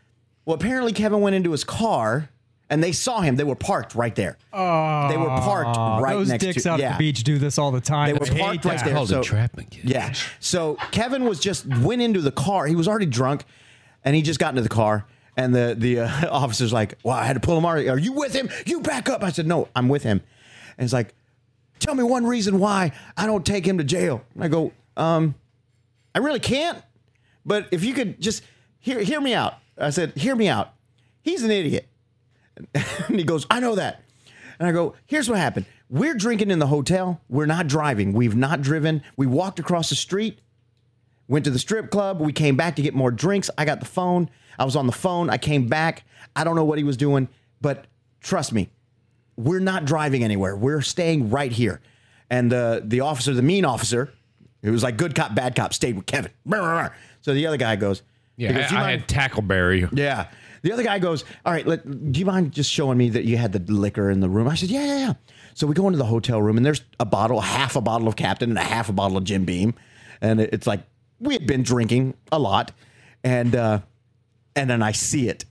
S2: Well, apparently Kevin went into his car and they saw him. They were parked right there. Oh, they were parked right
S1: Those
S2: next
S1: dicks
S2: to
S1: out at
S2: yeah.
S1: the beach do this all the time.
S2: They were
S1: I hate
S2: parked right
S1: that.
S2: there.
S5: Called
S2: So-
S5: entrapment. kid.
S2: Yeah. So Kevin was just went into the car. He was already drunk, and he just got into the car. And the the uh, officer's like, "Well, I had to pull him out. Are you with him? You back up." I said, "No, I'm with him." And he's like, "Tell me one reason why I don't take him to jail." And I go, "Um, I really can't. But if you could just hear hear me out." I said, "Hear me out. He's an idiot." And he goes, I know that. And I go, here's what happened. We're drinking in the hotel. We're not driving. We've not driven. We walked across the street, went to the strip club. We came back to get more drinks. I got the phone. I was on the phone. I came back. I don't know what he was doing, but trust me, we're not driving anywhere. We're staying right here. And the the officer, the mean officer, it was like good cop, bad cop, stayed with Kevin. So the other guy goes, he
S5: Yeah.
S2: goes, "You
S5: I, I
S2: mind-
S5: had Tackleberry.
S2: yeah. The other guy goes, All right, let, do you mind just showing me that you had the liquor in the room? I said, Yeah, yeah, yeah. So we go into the hotel room and there's a bottle, half a bottle of Captain and a half a bottle of Jim Beam. And it- it's like, we had been drinking a lot. And, uh, and then I see it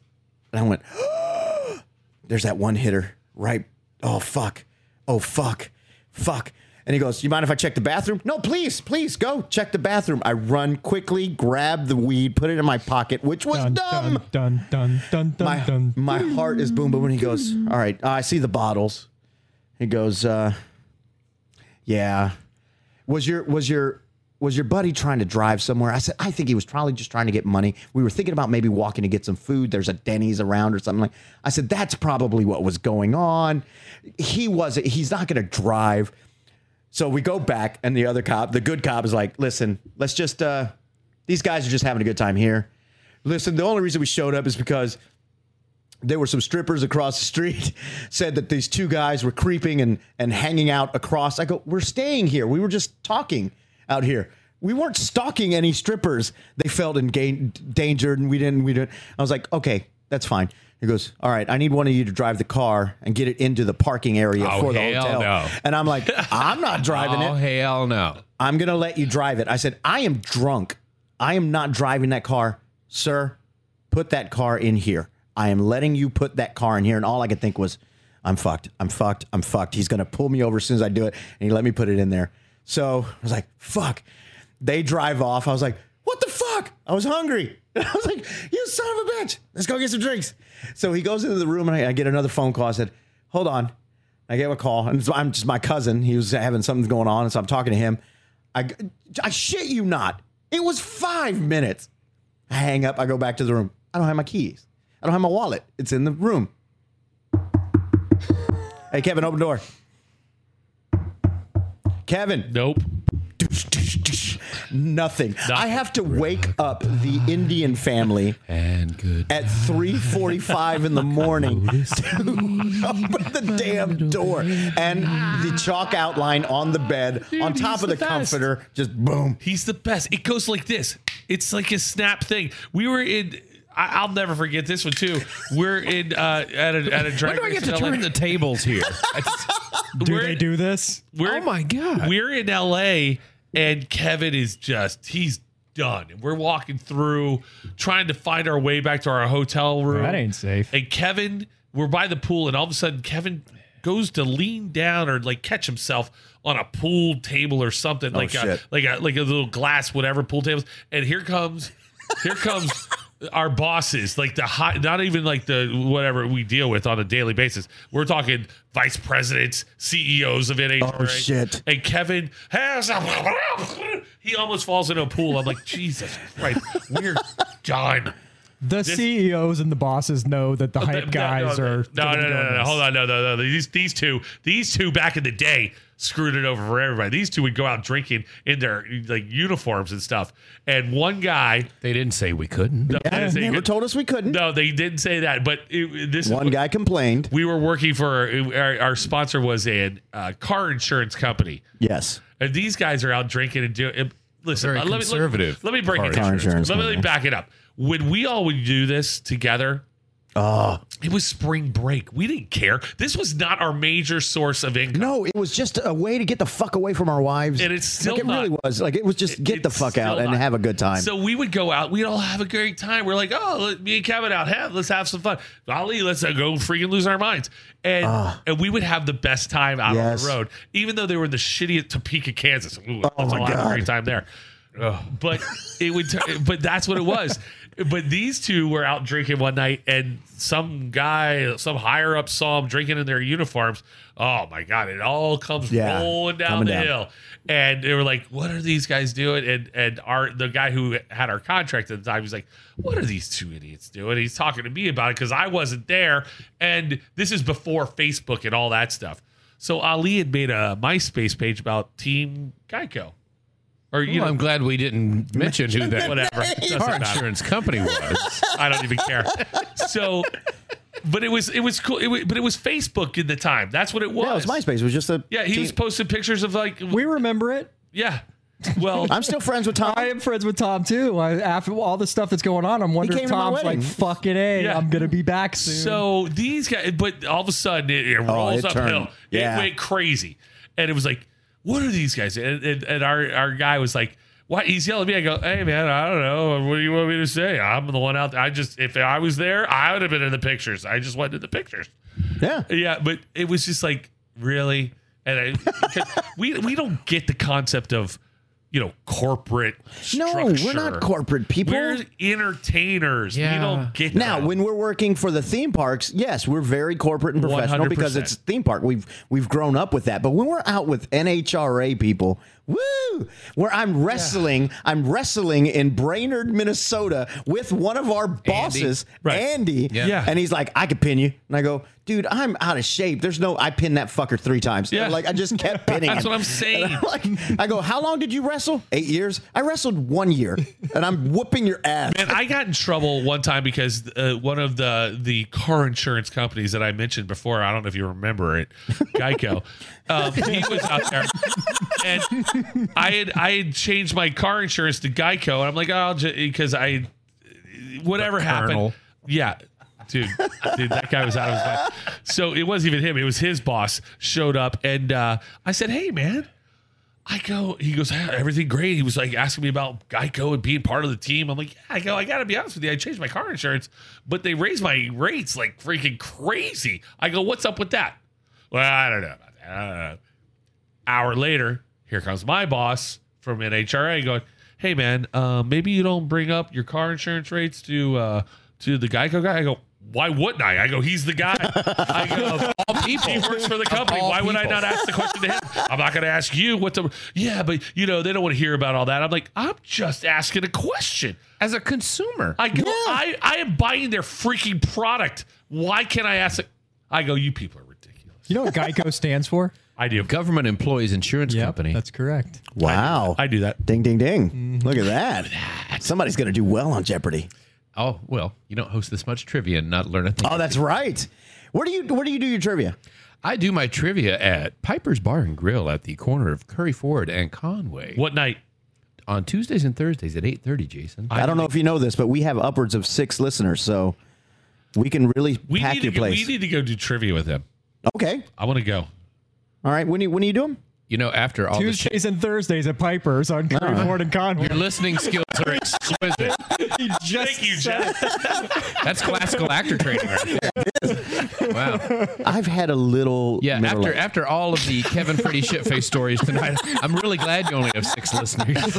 S2: and I went, there's that one hitter right. Oh fuck. Oh fuck. Fuck. And he goes, "You mind if I check the bathroom?" No, please, please go check the bathroom. I run quickly, grab the weed, put it in my pocket, which was
S1: Dun,
S2: dumb.
S1: dun, dun, dun, dun, dun,
S2: My,
S1: dun.
S2: my heart is boom boom. And he goes, "All right, I see the bottles." He goes, uh, "Yeah, was your was your was your buddy trying to drive somewhere?" I said, "I think he was probably just trying to get money. We were thinking about maybe walking to get some food. There's a Denny's around or something like." I said, "That's probably what was going on. He was he's not going to drive." So we go back, and the other cop, the good cop, is like, "Listen, let's just uh, these guys are just having a good time here. Listen, the only reason we showed up is because there were some strippers across the street said that these two guys were creeping and and hanging out across. I go, we're staying here. We were just talking out here. We weren't stalking any strippers. They felt endangered, and we didn't. We didn't. I was like, okay, that's fine. He goes, all right. I need one of you to drive the car and get it into the parking area
S5: Oh,
S2: for the
S5: hell
S2: hotel.
S5: no.
S2: And I'm like, I'm not driving
S5: Oh
S2: it.
S5: hell no!
S2: I'm going to let you drive it. I said, I am drunk. I am not driving that car. Sir, put that car in here. I am letting you put that car in here. And all I could think was, I'm fucked. I'm fucked. I'm fucked. He's going to pull me over as soon as I do it. And he let me put it in there. So I was like, fuck. They drive off. I was like, what the fuck? I was hungry. I was like, you son of a bitch. Let's go get some drinks. So he goes into the room and I, I get another phone call. I said, hold on. I gave him a call, and it's, I'm just my cousin. He was having something going on, and so I'm talking to him. I, I shit you not. It was five minutes. I hang up. I go back to the room. I don't have my keys. I don't have my wallet. It's in the room. Hey, Kevin, open door. Kevin,
S3: Nope.
S2: nothing. I have to wake up the Indian family
S5: And good.
S2: at 3:45 in the morning to open the damn door and the chalk outline on the bed on
S3: Dude,
S2: top
S3: he's
S2: of the,
S3: the best.
S2: comforter just boom
S3: He's the best. It goes like this. It's like a snap thing. We were in. I, I'll never forget this one too. We're in uh, at a at a drag
S5: When do I
S3: race
S5: get to
S3: in LA.
S5: turn the tables here?
S1: Do
S3: We're-
S1: they do this?
S3: We're,
S5: Oh my God.
S3: We're in LA, and Kevin is just he's done. And we're walking through, trying to find our way back to our hotel room.
S1: That ain't safe.
S3: And Kevin, we're by the pool, and all of a sudden, Kevin goes to lean down or like catch himself on a pool table or something like a,
S2: Oh, shit.
S3: like a like a little glass whatever pool tables and here comes here comes our bosses like the high not even like the whatever we deal with on a daily basis we're talking vice presidents ceos of NHRA
S2: Oh, shit.
S3: and Kevin has a, he almost falls in a pool. I'm like, Jesus Christ, we're done.
S1: The CEOs and the bosses know that the
S2: Oh,
S1: hype guys
S3: no,
S1: are.
S3: no, no, no, no, no. Hold on, no, no, no. These these two, these two back in the day screwed it over for everybody. These two would go out drinking in their like uniforms and stuff, and one guy.
S5: They didn't say we couldn't.
S3: Yeah,
S2: They never told us we couldn't.
S3: no, they didn't say that. But it, this
S2: One
S3: is,
S2: guy complained.
S3: we were working for our, our sponsor was a uh, car insurance company.
S2: Yes.
S3: And these guys are out drinking and doing. and- Listen,
S5: Very
S3: uh, let, me, let,
S5: conservative
S3: let me break
S5: car
S3: it down.
S2: insurance
S3: let me let me
S2: company.
S3: back it up. When we all would do this together,
S5: Ah.
S3: it was spring break. We didn't care. This was not our major source of income.
S2: No, it was just a way to get the fuck away from our wives.
S3: And it's still
S2: like, it
S3: not.
S2: really was. Like it was just get the
S3: It's
S2: fuck out
S3: still
S2: and
S3: not.
S2: have a good time.
S3: So we would go out. We'd all have a great time. We're like, oh, let- me and Kevin out. Have, let's have some fun. Ali, let's uh, go freaking lose our minds. And and we would have the best time out
S2: Ah. Yes. Oh
S3: on the road, even though they were in the shittiest Topeka, Kansas. Ooh, that's a
S2: my
S3: lot of
S2: God.
S3: great time there. But it would. T- but that's what it was. But these two were out drinking one night, and some guy, some higher up, saw them drinking in their uniforms. Oh my god! It all comes
S2: Yeah,
S3: rolling down
S2: coming
S3: the
S2: down.
S3: hill. And they were like, "What are these guys doing?" And and our the guy who had our contract at the time was like, "What are these two idiots doing?" He's talking to me about it because I wasn't there, and this is before Facebook and all that stuff. So Ali had made a MySpace page about Team Geico, or you
S5: Well,
S3: know,
S5: I'm glad we didn't mention who that
S3: whatever. It doesn't
S5: car
S3: matter.
S5: insurance company was.
S3: I don't even care. So, but it was it was cool. It was, but it was Facebook at the time. That's what it was.
S2: yeah, it was MySpace. It was just a.
S3: Yeah, he was posting pictures of like
S1: We remember it.
S3: yeah. Well,
S2: I'm still friends with Tom.
S1: I am friends with Tom too. I, after all the stuff that's going on, I'm wondering
S2: came
S1: if
S2: to my
S1: Tom's
S2: wedding.
S1: like, "Fucking a,
S3: Yeah.
S1: am gonna be back soon."
S3: So these guys, but all of a sudden it, Oh, it rolls
S2: it
S3: uphill.
S2: turned. Yeah.
S3: It went crazy, and it was like, what are these guys? And, and, and our our guy was like, why? He's yelling at me. I go, hey man, I don't know. What do you want me to say? I'm the one out. there. I just if I was there, I would have been in the pictures. I just went in the pictures.
S2: yeah.
S3: Yeah, but it was just like really, and I, 'cause we we don't get the concept of you know corporate.
S2: No, we're
S3: structure.
S2: not corporate people.
S3: We're entertainers. We
S5: Yeah.
S3: don't get
S2: now,
S3: that.
S2: when we're working for the theme parks, yes, we're very corporate and professional because
S3: 100%.
S2: it's a theme park. We've we've grown up with that. But when we're out with NHRA people, woo, where I'm wrestling, I'm wrestling in Brainerd, Minnesota, with one of our bosses, Andy,
S3: Right. Yeah.
S2: and he's like, "I could pin you," and I go, "Dude, I'm out of shape. There's no. I pinned that fucker three times.
S3: Yeah.
S2: like I just kept pinning.
S3: That's
S2: him.
S3: what I'm saying.
S2: And I'm like, I go, "How long did you wrestle? Eight years. I wrestled one year, and I'm whooping your ass."
S3: And I got in trouble one time because uh, one of the the car insurance companies that I mentioned before, I don't know if you remember it, Geico. um, he was out there, and I had I had changed my car insurance to Geico, and I'm like, oh, because I whatever happened,
S5: colonel.
S3: yeah. Dude, dude, that guy was out of his mind. So it wasn't even him; it was his boss showed up, and uh, I said, "Hey, man, I go, he goes, "Ah, everything great. He was like asking me about Geico and being part of the team. I'm like, yeah, I go, I gotta be honest with you. I changed my car insurance, but they raised my rates like freaking crazy. I go, what's up with that? Well, I don't know about that. I don't know. Hour later, here comes my boss from NHRA going, hey man, uh, maybe you don't bring up your car insurance rates to uh, to the Geico guy. I go, why wouldn't I? I go, he's the guy. I go, of all people, he works for the company.
S5: all
S3: Why would I
S5: people.
S3: not ask the question to him. I'm not going to ask you what the. Yeah, but you know they don't want to hear about all that. I'm like, I'm just asking a question.
S5: As a consumer.
S3: I go, I, I am buying their freaking product. Why can't I ask? It? I go, you people are ridiculous.
S1: you know what Geico stands for?
S3: I do.
S5: Government Employees Insurance
S1: Yep,
S5: Company.
S1: That's correct.
S2: Wow.
S3: I do that.
S2: Ding, ding, ding. Look at that. Somebody's going to do well on Jeopardy.
S5: oh, well, you don't host this much trivia and not learn a thing.
S2: Oh, that's right. Where do you where do you do your trivia?
S5: I do my trivia at Piper's Bar and Grill at the corner of Curry Ford and Conway
S3: What night?
S5: on Tuesdays and Thursdays at 8.30, Jason.
S2: I, don't know if you know this, but we have upwards of six listeners, so we can really
S3: We
S2: pack
S3: need
S2: your
S3: to go, we
S2: place.
S3: need to go do trivia with him.
S2: okay.
S3: I want to go.
S2: All right. When do you, when do you do them?
S5: You You know, after all this,
S1: Tuesdays and Thursdays at Piper's on Curry Ford and Conway.
S5: your listening skills are exquisite.
S1: He just
S3: Thank you,
S1: said-
S3: Jeff.
S5: That's classical actor training right there. Wow.
S2: I've had a little.
S5: Yeah,
S2: Miller
S5: after
S2: Lite.
S5: after all of the Kevin Freddy shitface stories tonight, I'm really glad you only have six listeners.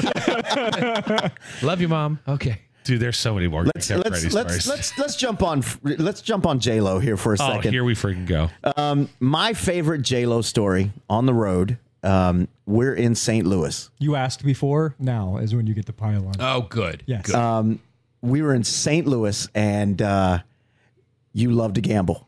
S5: Love you, mom. Okay.
S3: Dude, there's so many more.
S2: let's
S3: Kevin
S2: let's
S3: Freddy
S2: let's,
S3: stories.
S2: let's let's jump on let's jump on J Lo here for a
S3: oh,
S2: second. Uh,
S3: here we freaking go.
S2: My favorite J Lo story on the road. Um, we're in St. Louis.
S1: You asked before. Now is when you get the pile
S2: Uh,
S1: on.
S5: Oh, good.
S1: yes.
S2: we were in St. Louis and uh, you love to gamble.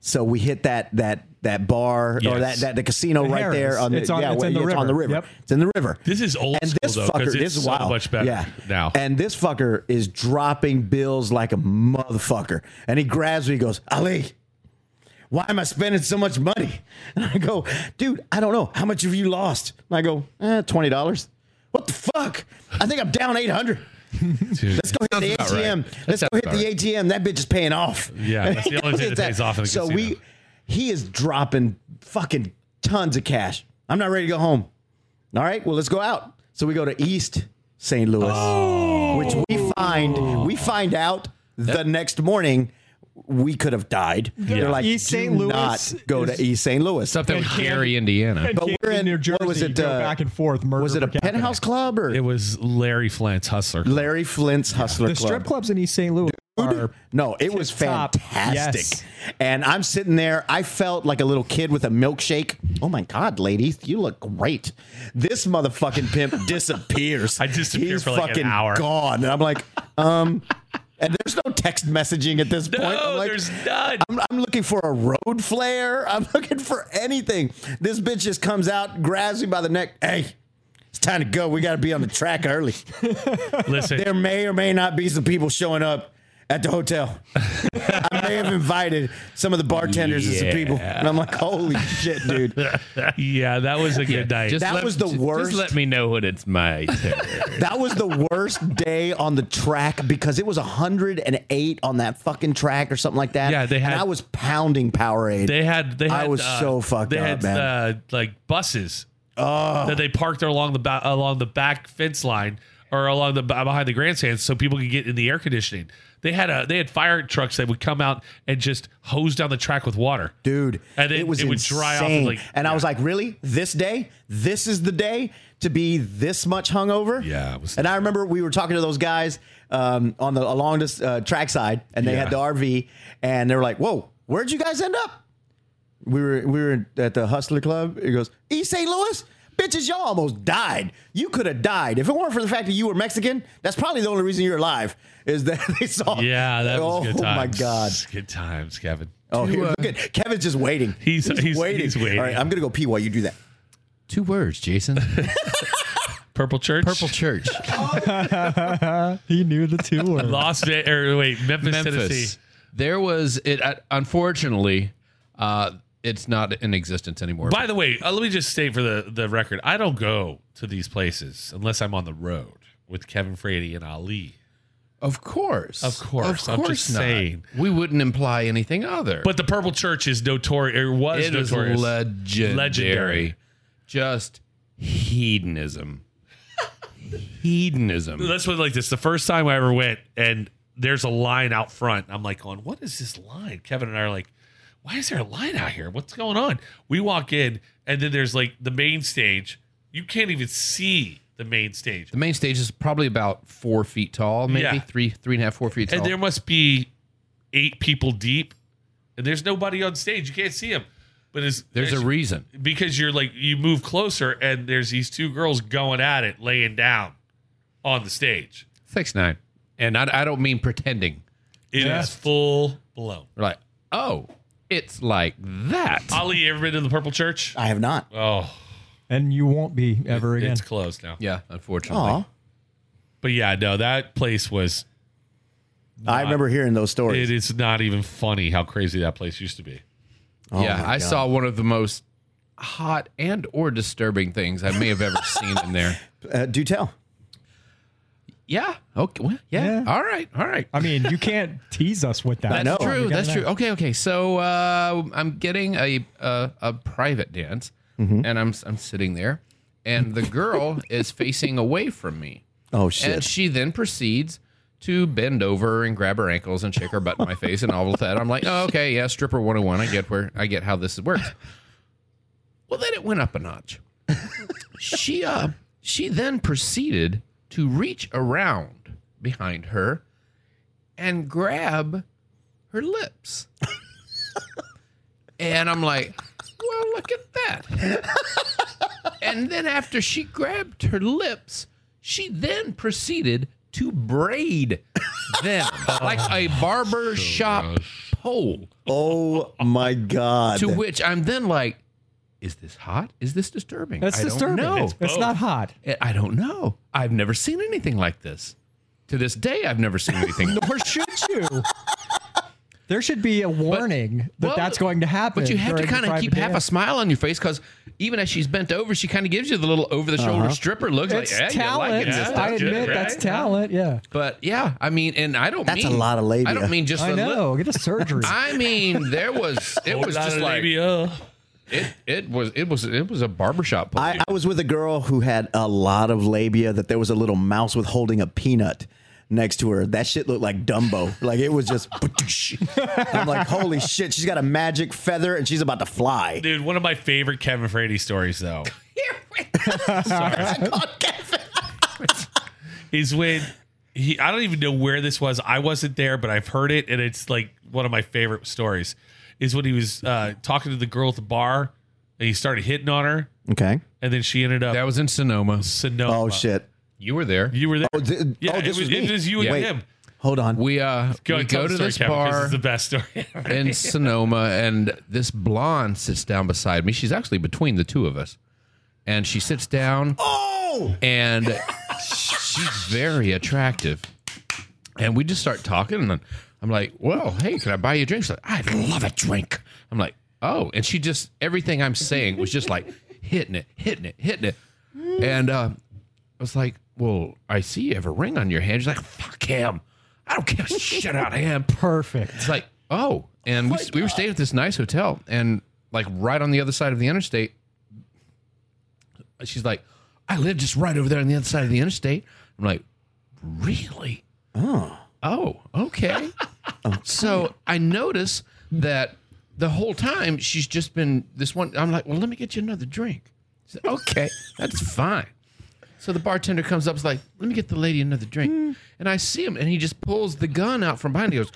S2: So we hit that that that bar or
S3: Yes.
S2: that, that the casino right
S1: Harris.
S2: there on the
S1: It's on-
S2: yeah,
S1: it's in the
S2: on the
S1: river.
S2: river.
S1: Yep.
S2: It's in the river.
S3: This is old
S2: and
S3: school
S2: this
S3: though,
S2: fucker,
S3: 'cause
S2: this
S3: it's
S2: is
S3: so
S2: wild.
S3: much better
S2: yeah.
S3: now.
S2: And this fucker is dropping bills like a motherfucker. And he grabs me, he goes, Ali, why am I spending so much money? And I go, dude, I don't know. How much have you lost? And I go, eh, $20. What the fuck? I think I'm down 800.
S3: Dude.
S2: Let's go hit the
S5: Sounds about
S2: ATM.
S5: right. That
S2: Let's go
S5: sounds
S2: hit
S5: about
S2: the ATM. That bitch is paying off.
S3: Yeah, that's the only thing that pays off in the
S2: So
S3: casino.
S2: we, he is dropping fucking tons of cash. I'm not ready to go home. All right, well let's go out. So we go to East St. Louis,
S1: Oh.
S2: which we find we find out the next morning we could have died. They're like,
S1: East
S2: "Do
S1: St. Louis
S2: not go
S1: is-
S2: to East St. Louis.
S5: It's up there with Gary, Indiana.
S1: but
S2: we're in-
S1: New Jersey.
S2: what was it,
S1: you go
S2: uh,
S1: back and forth. Murder
S2: was it a
S1: per capita.
S2: penthouse club or
S3: It was Larry Flint's Hustler. Club.
S2: Larry Flint's Hustler
S1: The
S2: Club?
S1: strip clubs in East St. Louis are
S2: No, it was
S1: Tip-top.
S2: fantastic.
S1: Yes.
S2: And I'm sitting there. I felt like a little kid with a milkshake. Oh my God, ladies, you look great. This motherfucking pimp disappears.
S3: I disappear
S2: He's
S3: for like an
S2: fucking
S3: hour.
S2: gone. And I'm like, um, and there's no text messaging at this point.
S3: No,
S2: I'm like,
S3: there's none.
S2: I'm, I'm looking for a road flare. I'm looking for anything. This bitch just comes out, grabs me by the neck. Hey, it's time to go. We got to be on the track early
S3: Listen,
S2: there may or may not be some people showing up at the hotel. I may have invited some of the bartenders and some people. And I'm like, holy shit, dude.
S3: yeah, that was a good night.
S2: That was the
S5: just-
S2: worst.
S5: Just let me know when it's my turn.
S2: That was the worst day on the track because it was 108 on that fucking track or something like that.
S3: Yeah, they had-
S2: And I was pounding Powerade.
S3: They had they
S2: I
S3: had uh,
S2: was so fucked
S3: they
S2: up,
S3: had,
S2: man. Oh.
S3: Uh, like buses that they parked along the ba- along the back fence line or along the ba- behind the grandstands so people could get in the air conditioning. They had a they had fire trucks that would come out and just hose down the track with water.
S2: dude.
S3: And then
S2: it was
S3: it would dry off and,
S2: insane.
S3: like-
S2: and I was like, really? This day? This is the day to be this much hungover?
S3: Yeah, it was-
S2: and I remember we were talking to those guys um, on the along this uh, track side, and they
S3: Yeah.
S2: had the RV, and they were like, "Whoa, where'd you guys end up?" We were we were at the Hustler Club. It goes East St. Louis. Bitches, y'all almost died. You could have died if it weren't for the fact that you were Mexican. That's probably the only reason you're alive. Is that they saw?
S3: Yeah, that
S2: oh,
S3: was good
S2: Oh my
S3: times.
S2: god!
S3: good times, Kevin.
S2: Oh, here, look at Kevin's just waiting.
S3: He's- he's- he's waiting.
S2: All right, I'm gonna go pee while you do that.
S5: Two words, Jason.
S3: Purple Church,
S5: Purple Church,
S1: He knew the two words.
S3: Las Vegas, or wait, Memphis,
S5: Memphis.
S3: Tennessee.
S5: There was it. uh, Unfortunately, uh, it's not in existence anymore.
S3: By the way, uh, let me just state for the the record, I don't go to these places unless I'm on the road with Kevin Frady and Ali.
S5: Of course.
S3: Of course. I'm just saying.
S5: We wouldn't imply anything other.
S3: But the Purple Church is notorious. Or was
S5: it is
S3: notorious.
S5: legendary.
S3: Legendary.
S5: Just hedonism. hedonism.
S3: That's what like this. The first time I ever went, and there's a line out front. I'm like, going, what is this line? Kevin and I are like, why is there a line out here? What's going on? We walk in, and then there's like the main stage. You can't even see the main stage,
S5: The main stage is probably about four feet tall, maybe
S3: Yeah.
S5: three, three and a half, four feet tall.
S3: and there must be eight people deep, and there's nobody on stage. You can't see them, but it's,
S5: There's a reason.
S3: because you're like you move closer, and there's these two girls going at it, laying down on the stage.
S5: Six nine. And I, I don't mean pretending.
S3: It is
S1: Yes.
S3: full blown.
S5: We're like, oh, it's like that.
S3: Ali, you ever been to the Purple Church?
S2: I have not.
S3: Oh,
S1: and you won't be ever again.
S3: it's closed now.
S5: yeah, unfortunately.
S2: Aw.
S3: But yeah, no, that place was.
S2: I remember hearing those
S3: It
S2: stories.
S3: is not even funny how crazy that place used to be.
S5: yeah, I saw one of the most hot and or disturbing things I may have ever seen in there.
S2: Uh, do tell.
S5: Yeah. Okay. Well, yeah.
S1: Yeah.
S5: All right. All right.
S1: I mean, you can't tease us with that.
S5: That's
S2: know.
S5: true.
S1: We gotta
S5: That's true.
S1: know.
S5: Okay. Okay. So uh, I'm getting a, a a private dance and I'm I'm sitting there, and the girl is facing away from me,
S2: Oh
S5: and
S2: shit!
S5: she then proceeds to bend over and grab her ankles and shake her butt in my face and all of that. I'm like, oh, okay, yeah, stripper 101. I get where I get how this works. Well, then it went up a notch. she uh she then proceeded to reach around behind her and grab her lips. and I'm like, well, look at that. and then after she grabbed her lips, she then proceeded to braid them like a barber shop pole.
S2: Oh my god!
S5: To which I'm then like, is this hot? Is this disturbing?
S6: That's
S5: I
S6: disturbing.
S5: Don't know.
S6: It's, not hot.
S5: I- I don't know. I've never seen anything like this. To this day, I've never seen anything.
S6: Or should you? there should be a warning that
S5: Well,
S6: that's going to happen.
S5: But you have to
S6: during the
S5: kind of
S6: private
S5: keep half a
S6: dance.
S5: smile on your face because even as she's bent over, she kind of gives you the little over the shoulder stripper look.
S6: Uh-huh. It's
S5: like, yeah, you like
S6: talent.
S5: it.
S3: Yeah,
S6: I
S3: that's good,
S6: admit
S3: right?
S6: that's talent. Yeah,
S5: But yeah, I mean, and I don't
S2: That's a
S5: mean
S2: lot of labia.
S5: I don't mean just
S6: I
S5: the lip.
S6: know. Get a surgery.
S5: I mean, there was it was just like it it was it was it was a barbershop. pole,
S2: I,
S5: dude.
S2: I was with a girl who had a lot of labia. That there was a little mouse with holding a peanut next to her. That shit looked like Dumbo. Like it was just. And I'm like, holy shit! She's got a magic feather and she's about to fly.
S3: dude. One of my favorite Kevin Frady stories, though, is when he. I don't even know where this was. I wasn't there, but I've heard it, and it's like one of my favorite stories. Is when he was uh, talking to the girl at the bar, and he started hitting on her,
S2: Okay.
S3: and then she ended up
S5: that was in Sonoma.
S3: Sonoma.
S2: Oh shit!
S5: You were there.
S3: You were there.
S2: Oh, th-
S3: yeah,
S2: oh,
S3: it
S2: this
S3: was,
S2: was
S3: it
S2: me.
S3: was you and
S5: Yeah.
S3: him.
S2: Hold on.
S5: We uh
S3: Go,
S5: we
S3: and tell the
S5: go
S3: story,
S5: to this
S3: Kevin, 'cause
S5: bar.
S3: It's the best story. ever.
S5: in Sonoma, and this blonde sits down beside me. She's actually between the two of us, and she sits down. Oh, and she's very attractive, and we just start talking, and I'm like, "Well, hey, can I buy you a drink?" She's like, "I'd love a drink." I'm like, "Oh," and she just everything I'm saying was just like hitting it, hitting it, hitting it, and uh, I was like, "Well, I see you have a ring on your hand." She's like, "Fuck him." I don't give a shit about him.
S6: Perfect.
S5: It's like, oh, and we, we were staying at this nice hotel, and like right on the other side of the interstate, she's like, I live just right over there on the other side of the interstate. I'm like, really? Oh, oh, okay. So I notice that the whole time she's just been this one. I'm like, well, let me get you another drink. She said, okay, that's fine. So the bartender comes up, is like, let me get the lady another drink. And I see him, and he just pulls the gun out from behind. He goes,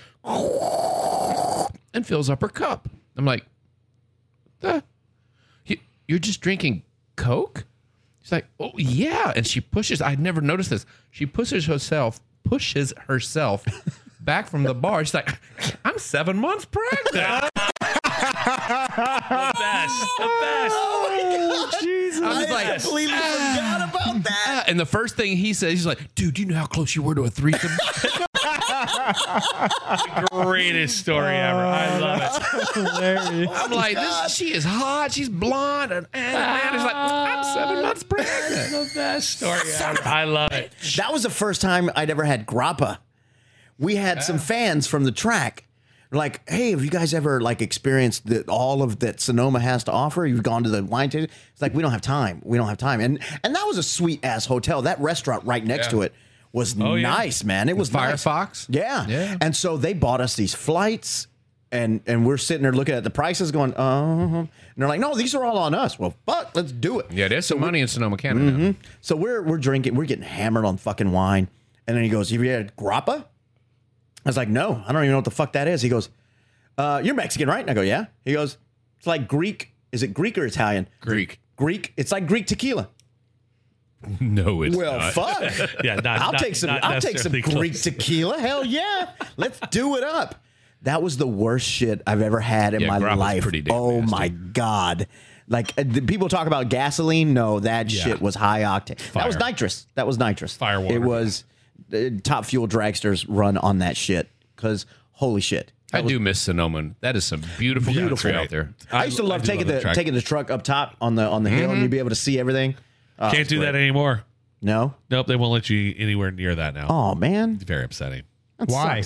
S5: and fills up her cup. I'm like, the? You- You're just drinking Coke? She's like, oh yeah, and she pushes. I'd never noticed this. She pushes herself, pushes herself back from the bar. She's like, I'm seven months pregnant.
S3: the best. The best.
S5: I was
S2: I
S5: like,
S2: completely forgot about that.
S5: "Ah," and the first thing he says, he's like, dude, do you know how close you were to a threesome?
S3: Greatest story
S5: Oh,
S3: ever. I love it.
S2: Oh,
S5: I'm like, this, she is hot. She's blonde, and, and, and he's like, I'm
S2: Ah.
S5: seven months pregnant.
S3: the best story ever. I love it.
S2: That was the first time I'd ever had grappa. We had some fans from the track. Like, hey, have you guys ever like experienced that all of that Sonoma has to offer? You've gone to the wine tasting. It's like we don't have time. We don't have time. And and that was a sweet ass hotel. That restaurant right next to it was
S3: yeah.
S2: nice, man. It was nice.
S5: Firefox?
S2: Yeah.
S5: Yeah.
S2: And so they bought us these flights. And, and we're sitting there looking at the prices, going, uh, and they're like, no, these are all on us. Well, fuck, let's do it.
S5: Yeah, there's some money in Sonoma, Canada.
S2: So we're we're drinking, we're getting hammered on fucking wine. And then he goes, Have you had grappa? I was like, No, I don't even know what the fuck that is. He goes, uh, you're Mexican, right? And I go, Yeah. He goes, It's like Greek. Is it Greek or Italian?
S5: Greek.
S2: Greek. It's like Greek tequila.
S5: No, it's
S2: Well,
S5: not.
S2: fuck.
S3: Yeah, not,
S2: I'll
S3: not-
S2: take some.
S3: not
S2: I'll take some
S3: necessarily
S2: Greek
S3: close.
S2: tequila. Hell yeah, let's do it up. That was the worst shit I've ever had in
S5: Yeah,
S2: my
S5: grappa's
S2: life.
S5: pretty damn
S2: oh
S5: nasty.
S2: my god! Like uh, the people talk about gasoline. No, that shit was high octane. That was
S5: Fire.
S2: nitrous. That was nitrous.
S3: Firewater.
S2: It was uh, top fuel dragsters run on that shit because holy shit.
S5: I do miss Sonoma. That is some beautiful, country out there.
S2: I, used to love
S5: do
S2: taking
S5: that
S2: the
S5: track. Mm-hmm.
S2: taking the truck up top on the on the hill and you'd be able to see everything.
S5: Oh,
S3: Can't do that anymore.
S2: No,
S3: Nope, they won't let you anywhere near that now.
S2: oh man,
S3: It's very upsetting.
S6: Why?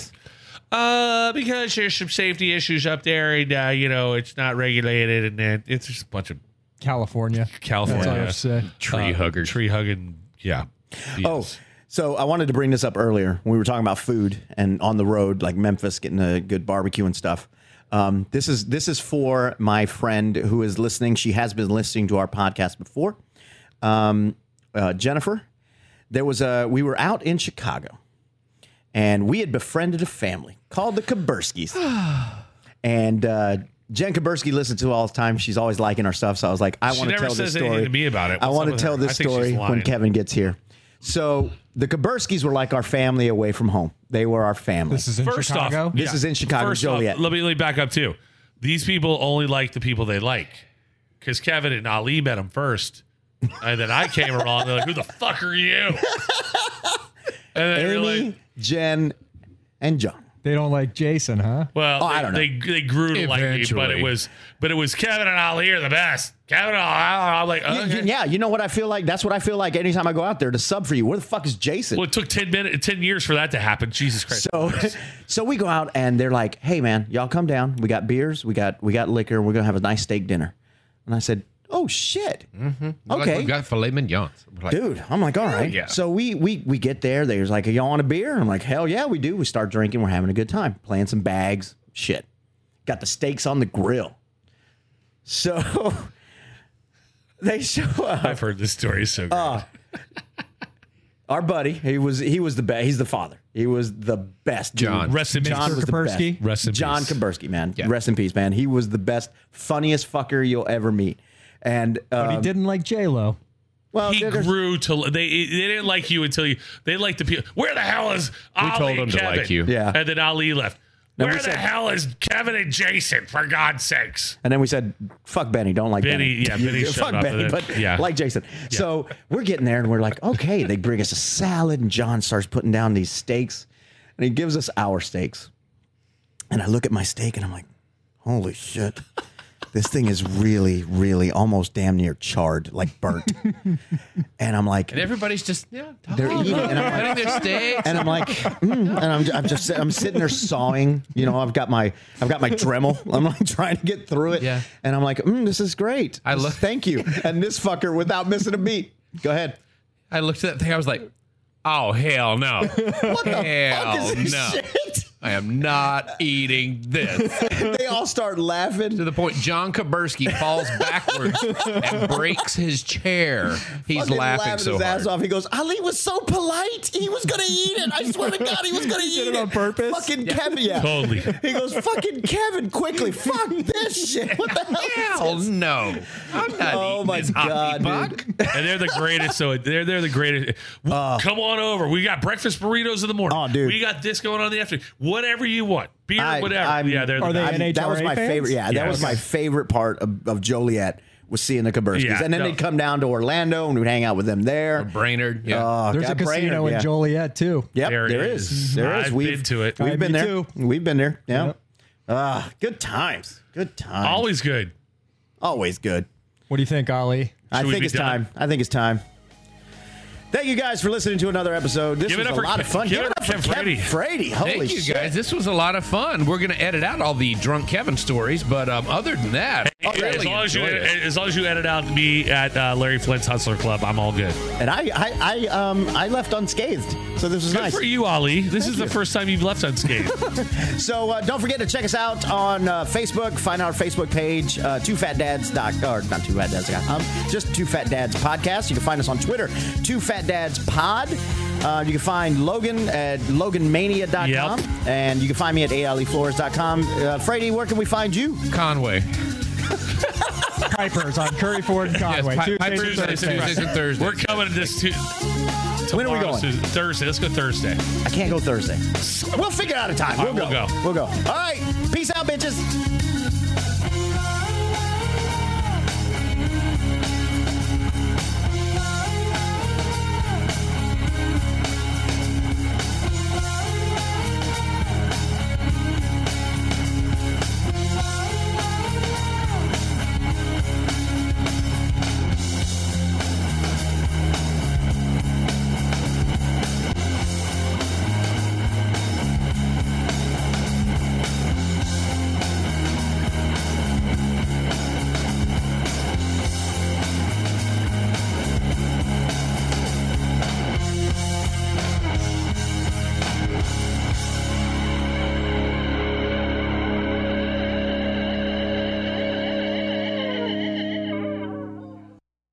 S3: Uh, because there's some safety issues up there, and uh, you know it's not regulated, and then it's just a bunch of
S6: California.
S3: California.
S6: That's all I have to say.
S5: Uh, Tree hugger.
S3: Tree hugging. Yeah.
S2: Oh, so I wanted to bring this up earlier. We were talking about food and on the road, like Memphis, getting a good barbecue and stuff. Um, this is this is for my friend who is listening. She has been listening to our podcast before. Um, uh, Jennifer, there was a we were out in Chicago, and we had befriended a family called the Kaburskis. and uh, Jen Kaburski listens to all the time. She's always liking our stuff. So I was like, I
S3: She
S2: want to
S3: never
S2: tell this
S3: says anything
S2: story.
S3: to me about it.
S2: I
S3: What's
S2: want
S3: up
S2: to
S3: with
S2: tell
S3: her? I
S2: this
S3: think she's
S2: story when
S3: lying.
S2: Kevin gets here. So the Kaburskis were like our family away from home. They were our family.
S6: This is in
S3: First
S6: Chicago.
S3: off,
S2: This is in Chicago,
S3: First
S2: Joliet.
S3: Off, let me let me back up too. These people only like the people they like because Kevin and Ali met them first, and then I came along. They're like, "Who the fuck are you?" And then
S2: Amy,
S3: they're like,
S2: Jen, and John.
S6: They don't like Jason, huh?
S3: "Well,
S2: Oh,
S3: they,
S2: I don't know.
S3: they they grew to like me, but
S5: Eventually.
S3: it was but it was Kevin and Ali are the best. Kevin and Ali, I'm like,
S2: Y-
S3: okay.
S2: y- Yeah, you know what I feel like? That's what I feel like anytime I go out there to sub for you. Where the fuck is Jason?
S3: Well, it took ten minutes, ten years for that to happen. Jesus Christ!
S2: So, so we go out and they're like, "Hey, man, y'all come down. We got beers, we got we got liquor. We're gonna have a nice steak dinner." And I said, "Oh shit, okay,
S5: Like we've got filet mignons. We're like,
S2: dude." I'm like, "All right."
S5: yeah.
S2: So we we we get there. They was like, "Y'all want a beer?" I'm like, "Hell yeah, we do." We start drinking. We're having a good time, playing some bags. Shit, got the steaks on the grill. So they show up.
S3: I've heard this story is so good.
S2: Oh, Our buddy, he was he was the best. He's the father. He was the best. dude.
S5: John.
S3: Rest in peace.
S2: John was the
S6: Kapersky?
S2: best.
S3: Rest in
S2: John
S3: peace.
S2: Kapersky, man. Rest in peace, man. He was the best, funniest fucker you'll ever meet. And
S6: He
S5: Um,
S2: uh,
S6: didn't like J Lo.
S2: well,
S3: he
S2: there's-
S3: grew to they they didn't like you until you they liked the people. Where the hell is Ali
S5: told
S3: and
S5: him to
S3: Kevin?
S5: like you.
S2: Yeah.
S3: and then Ali left.
S2: No,
S3: Where
S2: we
S3: the
S2: said-
S3: hell is Kevin and Jason? For God's sakes!
S2: and then we said, "Fuck Benny, don't like
S3: Benny,
S2: Benny."
S3: yeah, Benny showed
S2: fuck
S3: up,
S2: Benny,
S3: and then-
S2: but
S3: yeah.
S2: like Jason. So we're getting there, and we're like, "Okay." They bring us a salad, and John starts putting down these steaks, and he gives us our steaks. And I look at my steak, and I'm like, "Holy shit." This thing is really, really almost damn near charred, like burnt. and I'm like,
S5: And everybody's just yeah,
S2: They're
S5: talking,
S2: eating, and I'm like-
S5: cutting their steaks.
S2: and I'm like, mm, and I'm, I'm just I'm sitting there sawing. You know, I've got my I've got my Dremel. I'm like trying to get through it.
S5: Yeah.
S2: And I'm like, mm, this is great.
S5: I
S2: This-
S5: love-
S2: Thank you. And this fucker, without missing a beat, go ahead.
S5: I looked at that thing. I was like, oh hell no,
S2: What the
S5: hell
S2: fuck is this
S5: no,
S2: shit?
S5: I am not eating this.
S2: They all start
S5: to
S2: laughing.
S5: the point John Kabursky falls backwards and breaks his chair. He's
S2: Fucking
S5: laughing,
S2: laughing
S5: so
S2: his ass
S5: hard.
S2: off. He goes, Ali was so polite. He was gonna eat it. I swear to God, he was gonna eat
S6: did it on purpose?
S2: Fucking Kevin. Yeah.
S3: Totally.
S2: He goes, fucking Kevin, quickly. Fuck this shit. What the hell?
S5: Hell
S2: is this?
S5: no! I'm not
S2: Oh
S5: eating
S2: my
S5: this
S2: God,
S5: hockey puck.
S3: And they're the greatest. So they're they're the greatest. Come on over. We got breakfast burritos in the morning.
S2: Uh. Oh, dude.
S3: we got this going on in the afternoon. Whatever you want, beer,
S2: I-
S3: whatever.
S2: I'm-
S3: yeah, they're
S6: Are
S3: the
S6: they
S3: best.
S2: I mean, that was
S6: NHRA
S2: my
S6: fans?
S2: favorite. Yeah, that
S3: Yeah,
S2: was
S3: okay.
S2: my favorite part of, of Joliet was seeing the Kaburskis,
S3: Yeah,
S2: and then
S3: no.
S2: they'd come down to Orlando and we'd hang out with them there.
S5: Brainerd, yeah.
S2: Oh,
S6: There's a
S2: God,
S6: casino
S2: Brainerd,
S6: in
S2: yeah.
S6: Joliet too.
S2: Yep,
S3: There
S2: there
S3: is.
S2: is. There is.
S3: I've
S2: We've
S3: been to it.
S2: We've been
S6: me
S2: there.
S6: too.
S2: We've been there. Yeah. Ah, good times. Good times. Always,
S3: always good.
S2: good.
S6: What do you think, Ollie?
S2: I
S3: Should we
S2: think
S3: be
S2: it's
S3: done?
S2: time. I think it's time. Thank you guys for listening to another episode. This
S3: Give it
S2: was
S3: up
S2: a
S3: for
S2: lot of
S3: Ke-
S2: fun. Give, it up for Kevin
S3: Brady.
S2: Brady. Holy
S5: Thank you
S2: shit.
S5: guys. This was a lot of fun. We're gonna edit out all the drunk Kevin stories, but um, other than that,
S2: Oh,
S5: I really
S3: as, long as, you,
S5: enjoyed it.
S3: as long as you edit out me at uh, Larry Flint's Hustler Club, I'm all good.
S2: And I, I, I, um, I left unscathed. So this was
S3: Good
S2: nice.
S3: for you, Ali. This is the first time you've left unscathed.
S2: So uh, don't forget to check us out on uh, Facebook. Find our Facebook page, uh, Two Fat Dads dot or not Two Fat Dads dot com, just Two Fat Dads Podcast. You can find us on Twitter, Two Fat Dads Pod. Uh, you can find Logan at loganmania.com.
S3: Yep.
S2: And you can find me at E aleflores.com. Uh, Frady, where can we find you?
S5: Conway.
S6: Pipers on Curry Ford and
S5: Yes,
S6: Conway.
S5: Pi-
S6: Tuesdays
S5: Piper's
S6: and
S5: Tuesdays,
S6: Thursdays.
S5: Tuesdays and Thursdays.
S3: We're coming this to.
S2: When are we
S3: tomorrow,
S2: going?
S3: Susan. Thursday. Let's go Thursday.
S2: I can't go Thursday. We'll figure out a time.
S3: All
S2: We'll,
S3: right,
S2: go.
S3: we'll
S2: We'll go. All right. Peace out, bitches.